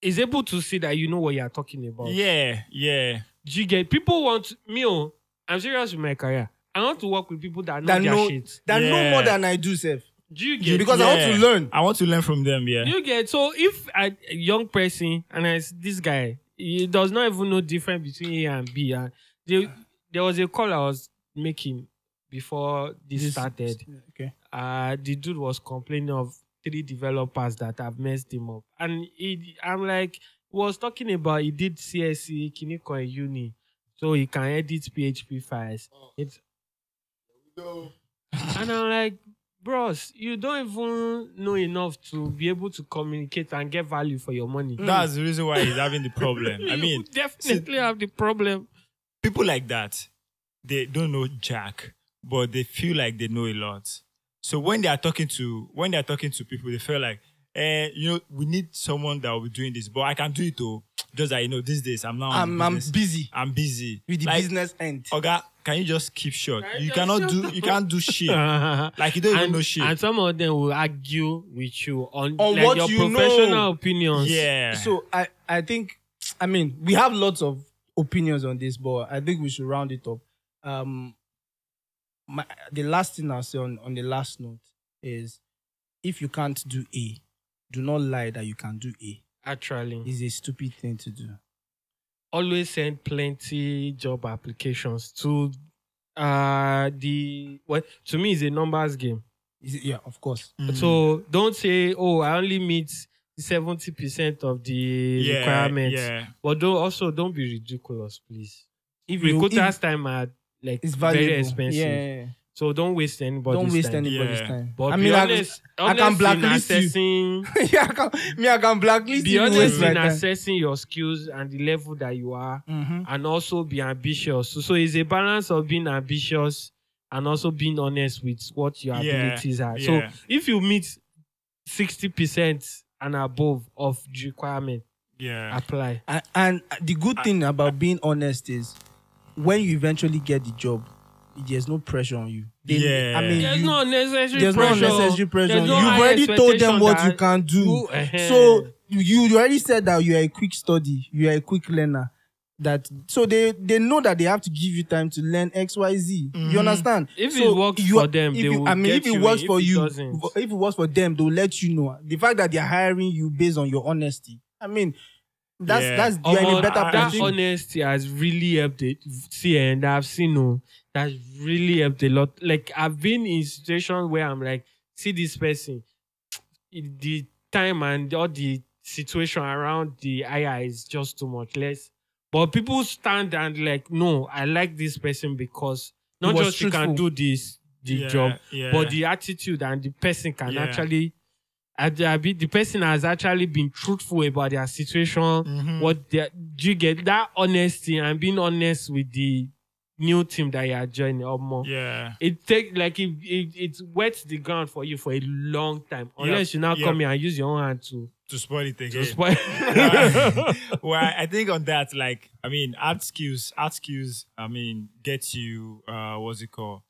Speaker 6: is able to see that you know what you're talking about.
Speaker 5: Yeah, yeah.
Speaker 6: Do you get people want me? Oh, I'm serious with my career. I want to work with people that know
Speaker 4: that
Speaker 6: their
Speaker 4: know
Speaker 6: shit.
Speaker 4: that know
Speaker 5: Yeah.
Speaker 4: more than I do, Seth.
Speaker 6: Do you
Speaker 5: You-
Speaker 6: get?
Speaker 4: Because I want to
Speaker 5: yeah.
Speaker 4: learn.
Speaker 5: I want to learn from them. Yeah.
Speaker 6: You get so if a a young person and I, s- this guy he does not even know difference between A and B, and they, there was a call I was making before this, started.
Speaker 4: Okay.
Speaker 6: Uh, the dude was complaining of three developers that have messed him up, and he, I'm like, he was talking about he did E, CSE Kiniko in uni, so he can edit PHP files.
Speaker 5: Oh.
Speaker 6: It's and I'm like, bros, you don't even know enough to be able to communicate and get value for your money.
Speaker 5: That's the reason why he's having the problem.
Speaker 6: Hmm. Mm.
Speaker 5: I
Speaker 6: You
Speaker 5: mean,
Speaker 6: definitely have the problem.
Speaker 5: people like that, they don't know jack, but they feel like they know a lot. So when they are talking to when they are talking to people, they feel like, eh, you know, we need someone that will be doing this, but I can do it though. Just that you know, these days I'm now
Speaker 4: I'm,
Speaker 5: I'm
Speaker 4: I'm
Speaker 5: busy.
Speaker 4: busy
Speaker 5: I'm busy
Speaker 4: with the
Speaker 5: Like,
Speaker 4: business end.
Speaker 6: oh,
Speaker 5: Oga, can you just keep short?
Speaker 6: Can you
Speaker 5: You
Speaker 6: just
Speaker 5: cannot
Speaker 6: shut
Speaker 5: do you can't do shit. Like you don't even
Speaker 6: and,
Speaker 5: know shit.
Speaker 6: and some of them will argue with you on,
Speaker 4: On
Speaker 6: like
Speaker 4: what
Speaker 6: your
Speaker 4: you
Speaker 6: professional
Speaker 4: know.
Speaker 6: opinions.
Speaker 5: yeah.
Speaker 4: So I, I think, I mean, we have lots of opinions on this, but I think we should round it up. Um, my, the last thing I'll say on, on the last note is, if you can't do A, do not lie that you can do A.
Speaker 6: Actually,
Speaker 4: It's a stupid thing to do.
Speaker 6: always send plenty job applications to uh the well to me it's a numbers game.
Speaker 4: Is it- yeah, of course.
Speaker 5: Mm.
Speaker 6: So don't say, oh, I only meet seventy percent of the
Speaker 5: yeah,
Speaker 6: requirements.
Speaker 5: Yeah.
Speaker 6: But don't also don't be ridiculous, please.
Speaker 4: If you,
Speaker 6: Recruiters
Speaker 4: if,
Speaker 6: time are like
Speaker 4: It's valuable.
Speaker 6: very expensive.
Speaker 4: Yeah, yeah, yeah.
Speaker 6: So don't waste anybody's
Speaker 4: Don't waste
Speaker 6: time.
Speaker 4: anybody's
Speaker 5: Yeah.
Speaker 4: time.
Speaker 6: But
Speaker 4: I
Speaker 6: be
Speaker 4: mean, I-
Speaker 6: honest,
Speaker 4: I can
Speaker 6: honest in
Speaker 4: blacklist you.
Speaker 6: assessing,
Speaker 4: yeah, I can, me, I can blacklist
Speaker 6: be
Speaker 4: you.
Speaker 6: honest
Speaker 4: waste my
Speaker 6: in
Speaker 4: time.
Speaker 6: assessing your skills and the level that you are,
Speaker 4: Mhm.
Speaker 6: and also be ambitious. So, so it's a balance of being ambitious and also being honest with what your
Speaker 5: Yeah,
Speaker 6: abilities are.
Speaker 5: yeah.
Speaker 6: So if you meet sixty percent and above of the requirement,
Speaker 5: Yeah.
Speaker 6: apply.
Speaker 4: And, and the good thing about being honest is when you eventually get the job, there's no pressure on you.
Speaker 5: Yeah.
Speaker 4: I mean,
Speaker 6: There's
Speaker 4: you-
Speaker 6: no necessary
Speaker 4: there's
Speaker 6: pressure.
Speaker 4: no unnecessary pressure.
Speaker 6: There's
Speaker 4: on
Speaker 6: no
Speaker 4: you. You've
Speaker 6: high
Speaker 4: already told them what
Speaker 6: expectation
Speaker 4: you can do.
Speaker 6: Who- eh-heh.
Speaker 4: So you, you already said that you are a quick study, you are a quick learner. That so they they know that they have to give you time to learn X Y Z. You understand?
Speaker 6: Mm-hmm. If
Speaker 4: so
Speaker 6: it works
Speaker 4: you-
Speaker 6: for them,
Speaker 4: if
Speaker 6: they
Speaker 4: you,
Speaker 6: will
Speaker 4: I mean,
Speaker 6: get
Speaker 4: if it
Speaker 6: you
Speaker 4: works
Speaker 6: in.
Speaker 4: for
Speaker 6: If it
Speaker 4: you,
Speaker 6: doesn't-
Speaker 4: if it works for them, they'll let you know. The fact that they're hiring you based on your honesty, I mean, that's
Speaker 5: Yeah.
Speaker 4: that's you're in
Speaker 6: Omo,
Speaker 4: a better
Speaker 6: that
Speaker 4: position.
Speaker 6: honesty has really helped it. See, and I've seen oh, that's really helped a lot. Like I've been in situations where I'm like, see this person, the time and all the situation around the IR is just too much less. But people stand and like, no, I like this person because not
Speaker 4: was
Speaker 6: just you can
Speaker 4: truthful.
Speaker 6: do this the
Speaker 5: Yeah,
Speaker 6: job,
Speaker 5: yeah.
Speaker 6: but the attitude and the person can
Speaker 5: Yeah.
Speaker 6: actually. I, I be, the person has actually been truthful about their situation, what they, do you get that honesty and being honest with the new team that you are joining or more.
Speaker 5: Yeah.
Speaker 6: It take like it, it it wets the ground for you for a long time unless you now
Speaker 5: yeah.
Speaker 6: come here and use your own hand to,
Speaker 5: To spoil it
Speaker 6: to
Speaker 5: again.
Speaker 6: spoil.
Speaker 5: well, I think on that, like, I mean, art skills, art skills, I mean, get you, uh, what's it called?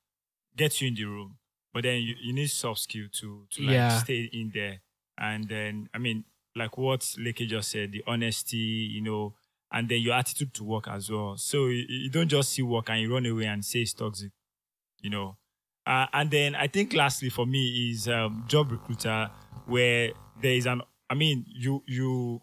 Speaker 5: Get you in the room. But then you, you need soft skill to, to like,
Speaker 6: Yeah.
Speaker 5: stay in there. And then, I mean, like what Leke just said, the honesty, you know, and then your attitude to work as well. So you, you don't just see work and you run away and say it's toxic, you know. Uh, and then I think lastly for me is um, job recruiter, where there is an, I mean, you you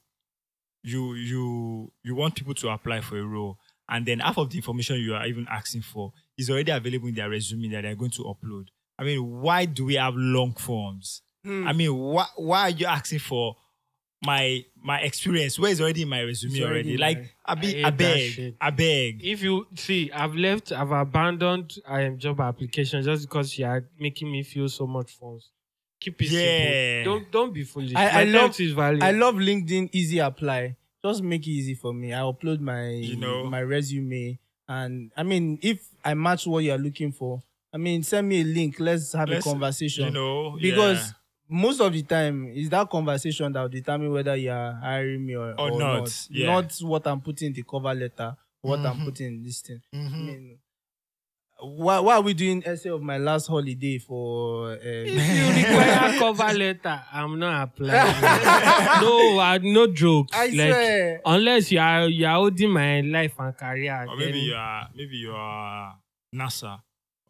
Speaker 5: you you you want people to apply for a role and then half of the information you are even asking for is already available in their resume that they're going to upload i mean why do we have long forms
Speaker 4: Hmm.
Speaker 5: i mean why why are you asking for my my experience where is already in my resume
Speaker 4: It's already
Speaker 5: already,
Speaker 4: in
Speaker 5: like
Speaker 4: there.
Speaker 5: i
Speaker 6: I
Speaker 5: be
Speaker 6: hate
Speaker 5: i
Speaker 6: that
Speaker 5: beg
Speaker 6: shit.
Speaker 5: i beg
Speaker 6: if you see, I've left, I've abandoned I am job application just because you are making me feel so much false. Keep it
Speaker 5: Yeah.
Speaker 6: simple. Don't don't be foolish.
Speaker 4: I- I
Speaker 6: My
Speaker 4: love-
Speaker 6: time is valuable.
Speaker 4: I love LinkedIn easy apply. Just make it easy for me. I upload my
Speaker 5: You know.
Speaker 4: my resume, and I mean, if I match what you are looking for, I mean, send me a link. Let's have
Speaker 5: Let's-
Speaker 4: a conversation.
Speaker 5: you know
Speaker 4: because
Speaker 5: yeah.
Speaker 4: most of the time, it's that conversation that will determine whether you are hiring me or,
Speaker 5: Or
Speaker 4: or
Speaker 5: not,
Speaker 4: not.
Speaker 5: yeah.
Speaker 4: Not what I'm putting in the cover letter, what
Speaker 5: Mhm.
Speaker 4: I'm putting in this thing. I
Speaker 5: Mhm.
Speaker 4: mean, why, why are we doing essay of my last holiday for?
Speaker 6: If
Speaker 4: Uh,
Speaker 6: you require cover letter, I'm not applying. no, I, no jokes.
Speaker 4: I
Speaker 6: like,
Speaker 4: swear.
Speaker 6: Unless you are you are holding my life and career.
Speaker 5: or maybe
Speaker 6: then-
Speaker 5: you are maybe you are nasa or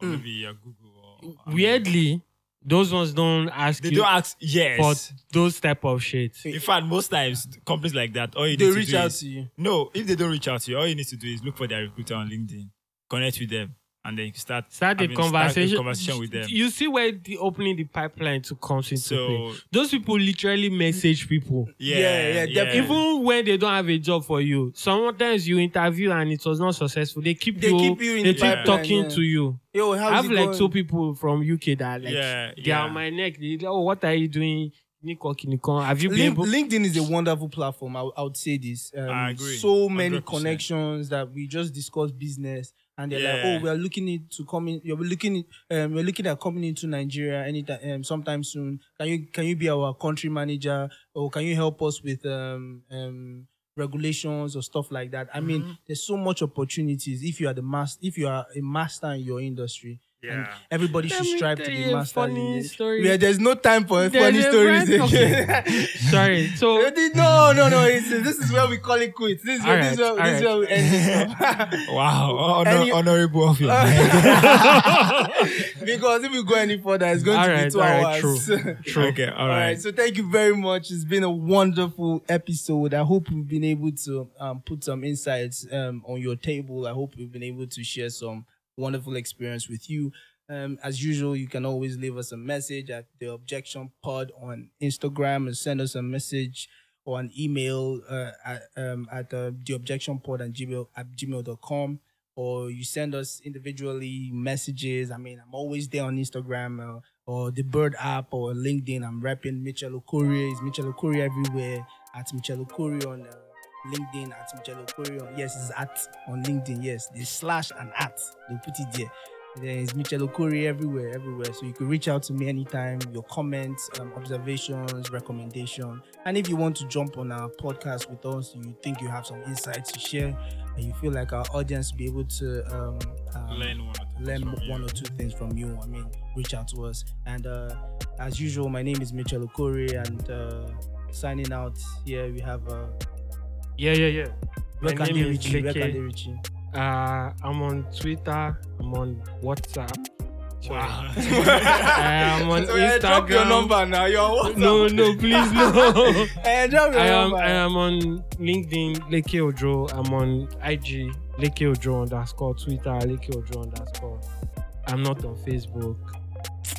Speaker 4: Hmm.
Speaker 5: maybe you are google or, I mean,
Speaker 6: weirdly, those ones don't ask
Speaker 5: they
Speaker 6: you
Speaker 5: don't ask
Speaker 6: for
Speaker 5: yes
Speaker 6: those type of shit.
Speaker 5: in fact most times companies like that all you
Speaker 4: they
Speaker 5: need to
Speaker 4: reach
Speaker 5: do
Speaker 4: out
Speaker 5: is,
Speaker 4: to you.
Speaker 5: No, if they don't reach out to you, all you need to do is look for their recruiter on LinkedIn, connect with them, and then start
Speaker 6: Start a
Speaker 5: having-
Speaker 6: conversation.
Speaker 5: Start a conversation with them.
Speaker 6: You see where the opening the pipeline to comes into play.
Speaker 5: So
Speaker 6: Those people literally message people.
Speaker 5: yeah,
Speaker 4: Yeah, yeah,
Speaker 5: yeah,
Speaker 4: def-
Speaker 6: Even when they don't have a job for you, sometimes you interview and it was not successful. They keep
Speaker 4: They
Speaker 6: you.
Speaker 4: keep you in
Speaker 6: they
Speaker 4: the
Speaker 6: keep
Speaker 5: pipeline,
Speaker 6: talking
Speaker 4: yeah.
Speaker 6: to you.
Speaker 4: Yo,
Speaker 6: I
Speaker 4: how's
Speaker 6: have
Speaker 4: it
Speaker 6: like
Speaker 4: going?
Speaker 6: two people from UK that are like
Speaker 5: Yeah,
Speaker 6: they
Speaker 5: yeah.
Speaker 6: are on my neck. They like, oh, what are you doing? Nico, Kiniko, have you been
Speaker 4: Lin-
Speaker 6: able?
Speaker 4: LinkedIn is a wonderful platform. I, would- I would say this. Um,
Speaker 5: I agree.
Speaker 4: So many
Speaker 5: 100%.
Speaker 4: connections that we just discuss business, and they're
Speaker 5: Yeah.
Speaker 4: like, "Oh, we are looking in- to coming. You're looking. Um, we're looking at coming into Nigeria anytime, um, sometime soon. Can you can you be our country manager, or can you help us with um um." regulations or stuff like that. I
Speaker 6: Mm-hmm.
Speaker 4: mean, there's so much opportunities if you are the master if you are a master in your industry. And
Speaker 5: Yeah.
Speaker 4: everybody
Speaker 6: Let
Speaker 4: should
Speaker 6: me
Speaker 4: strive to
Speaker 6: tell
Speaker 4: be
Speaker 6: you a
Speaker 4: master. in
Speaker 6: funny
Speaker 4: it.
Speaker 6: story.
Speaker 4: Yeah, there's no time for
Speaker 6: There's
Speaker 4: funny
Speaker 6: a
Speaker 4: stories
Speaker 6: friend-
Speaker 4: again.
Speaker 6: Sorry. So
Speaker 4: They did- No, no, no. It's, this is where we call it quits. This is where, this is where,
Speaker 6: Alright,
Speaker 4: this is where we end this up.
Speaker 5: Wow, honor,
Speaker 4: Any-
Speaker 5: honorable of you.
Speaker 4: because if we go any further, it's going to be
Speaker 6: Alright,
Speaker 4: two
Speaker 6: alright,
Speaker 4: hours.
Speaker 6: true.
Speaker 5: okay, all
Speaker 4: All
Speaker 5: right.
Speaker 4: right. So thank you very much. It's been a wonderful episode. I hope we've been able to um, put some insights um, on your table. I hope we've been able to share some wonderful experience with you. Um, as usual, you can always leave us a message at the Objection Pod on Instagram and send us a message or an email uh, at, um, at uh, theobjectionpod at gmail, at gmail.com or you send us individually messages. I mean, I'm always there on Instagram uh, or the Bird app or LinkedIn. I'm rapping Mitchell Okori. It's Mitchell Okori everywhere. At Mitchell Okori on uh, LinkedIn. At Mitchell Okori on yes, it's at on LinkedIn. Yes, the slash and at they put it there. And Then it's Mitchell Okori everywhere, everywhere. So you can reach out to me anytime. Your comments, um, observations, recommendation, and if you want to jump on our podcast with us, you think you have some insights to share, and you feel like our audience be able to um, um,
Speaker 5: learn one. or two
Speaker 4: learn
Speaker 5: from you.
Speaker 4: one or two things from you. I mean, reach out to us. And uh, as usual, my name is Mitchell Okori, and uh, signing out here we have uh,
Speaker 6: Yeah, yeah, yeah. My
Speaker 4: where can they
Speaker 6: name is
Speaker 4: reach you? Where
Speaker 6: Leke.
Speaker 4: can they reach you?
Speaker 6: Uh, I'm on Twitter. I'm on WhatsApp.
Speaker 5: Wow.
Speaker 6: I'm on Instagram.
Speaker 4: drop your number now. Your WhatsApp.
Speaker 6: No, no, please no.
Speaker 4: Eh, drop your
Speaker 6: I am
Speaker 4: number.
Speaker 6: I am on LinkedIn, Leke Odro. I'm on IG, Leke Odro underscore Twitter, Leke Odro underscore. I'm not on Facebook.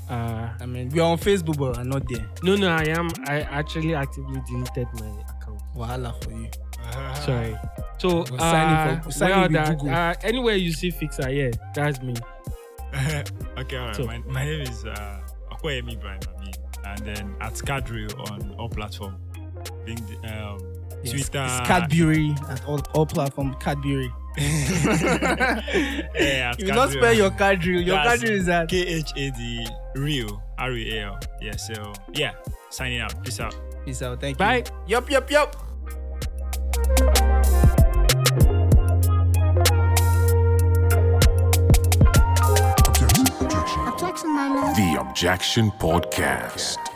Speaker 6: Uh,
Speaker 4: I mean, we're on Facebook, but I'm not there.
Speaker 6: no, no, I am. I actually actively deleted my account.
Speaker 4: Wahala for you.
Speaker 6: Sorry. So,
Speaker 4: We're signing
Speaker 6: uh,
Speaker 4: for- signing
Speaker 6: well,
Speaker 4: with
Speaker 6: that,
Speaker 4: Google.
Speaker 6: uh, anywhere you see Fixer, yeah, that's me.
Speaker 5: okay, all right.
Speaker 6: So-
Speaker 5: my, my name is uh, Okoyemi Ibrahim Amin, and then at Cadre on all platform, LinkedIn, um,
Speaker 4: Yes,
Speaker 5: Twitter.
Speaker 4: It's Cadbury at all, all platform. Cadbury.
Speaker 5: yeah, at
Speaker 4: you not
Speaker 5: Cadre
Speaker 4: spell
Speaker 5: on-
Speaker 4: your Cadbury. Your
Speaker 5: That's
Speaker 4: Cadbury is at.
Speaker 5: K H A D Real R E A L. Yeah. So yeah, signing out. Peace out.
Speaker 4: Peace out. Thank you.
Speaker 6: Bye.
Speaker 4: Yup, yup, yup.
Speaker 3: The Objection Podcast.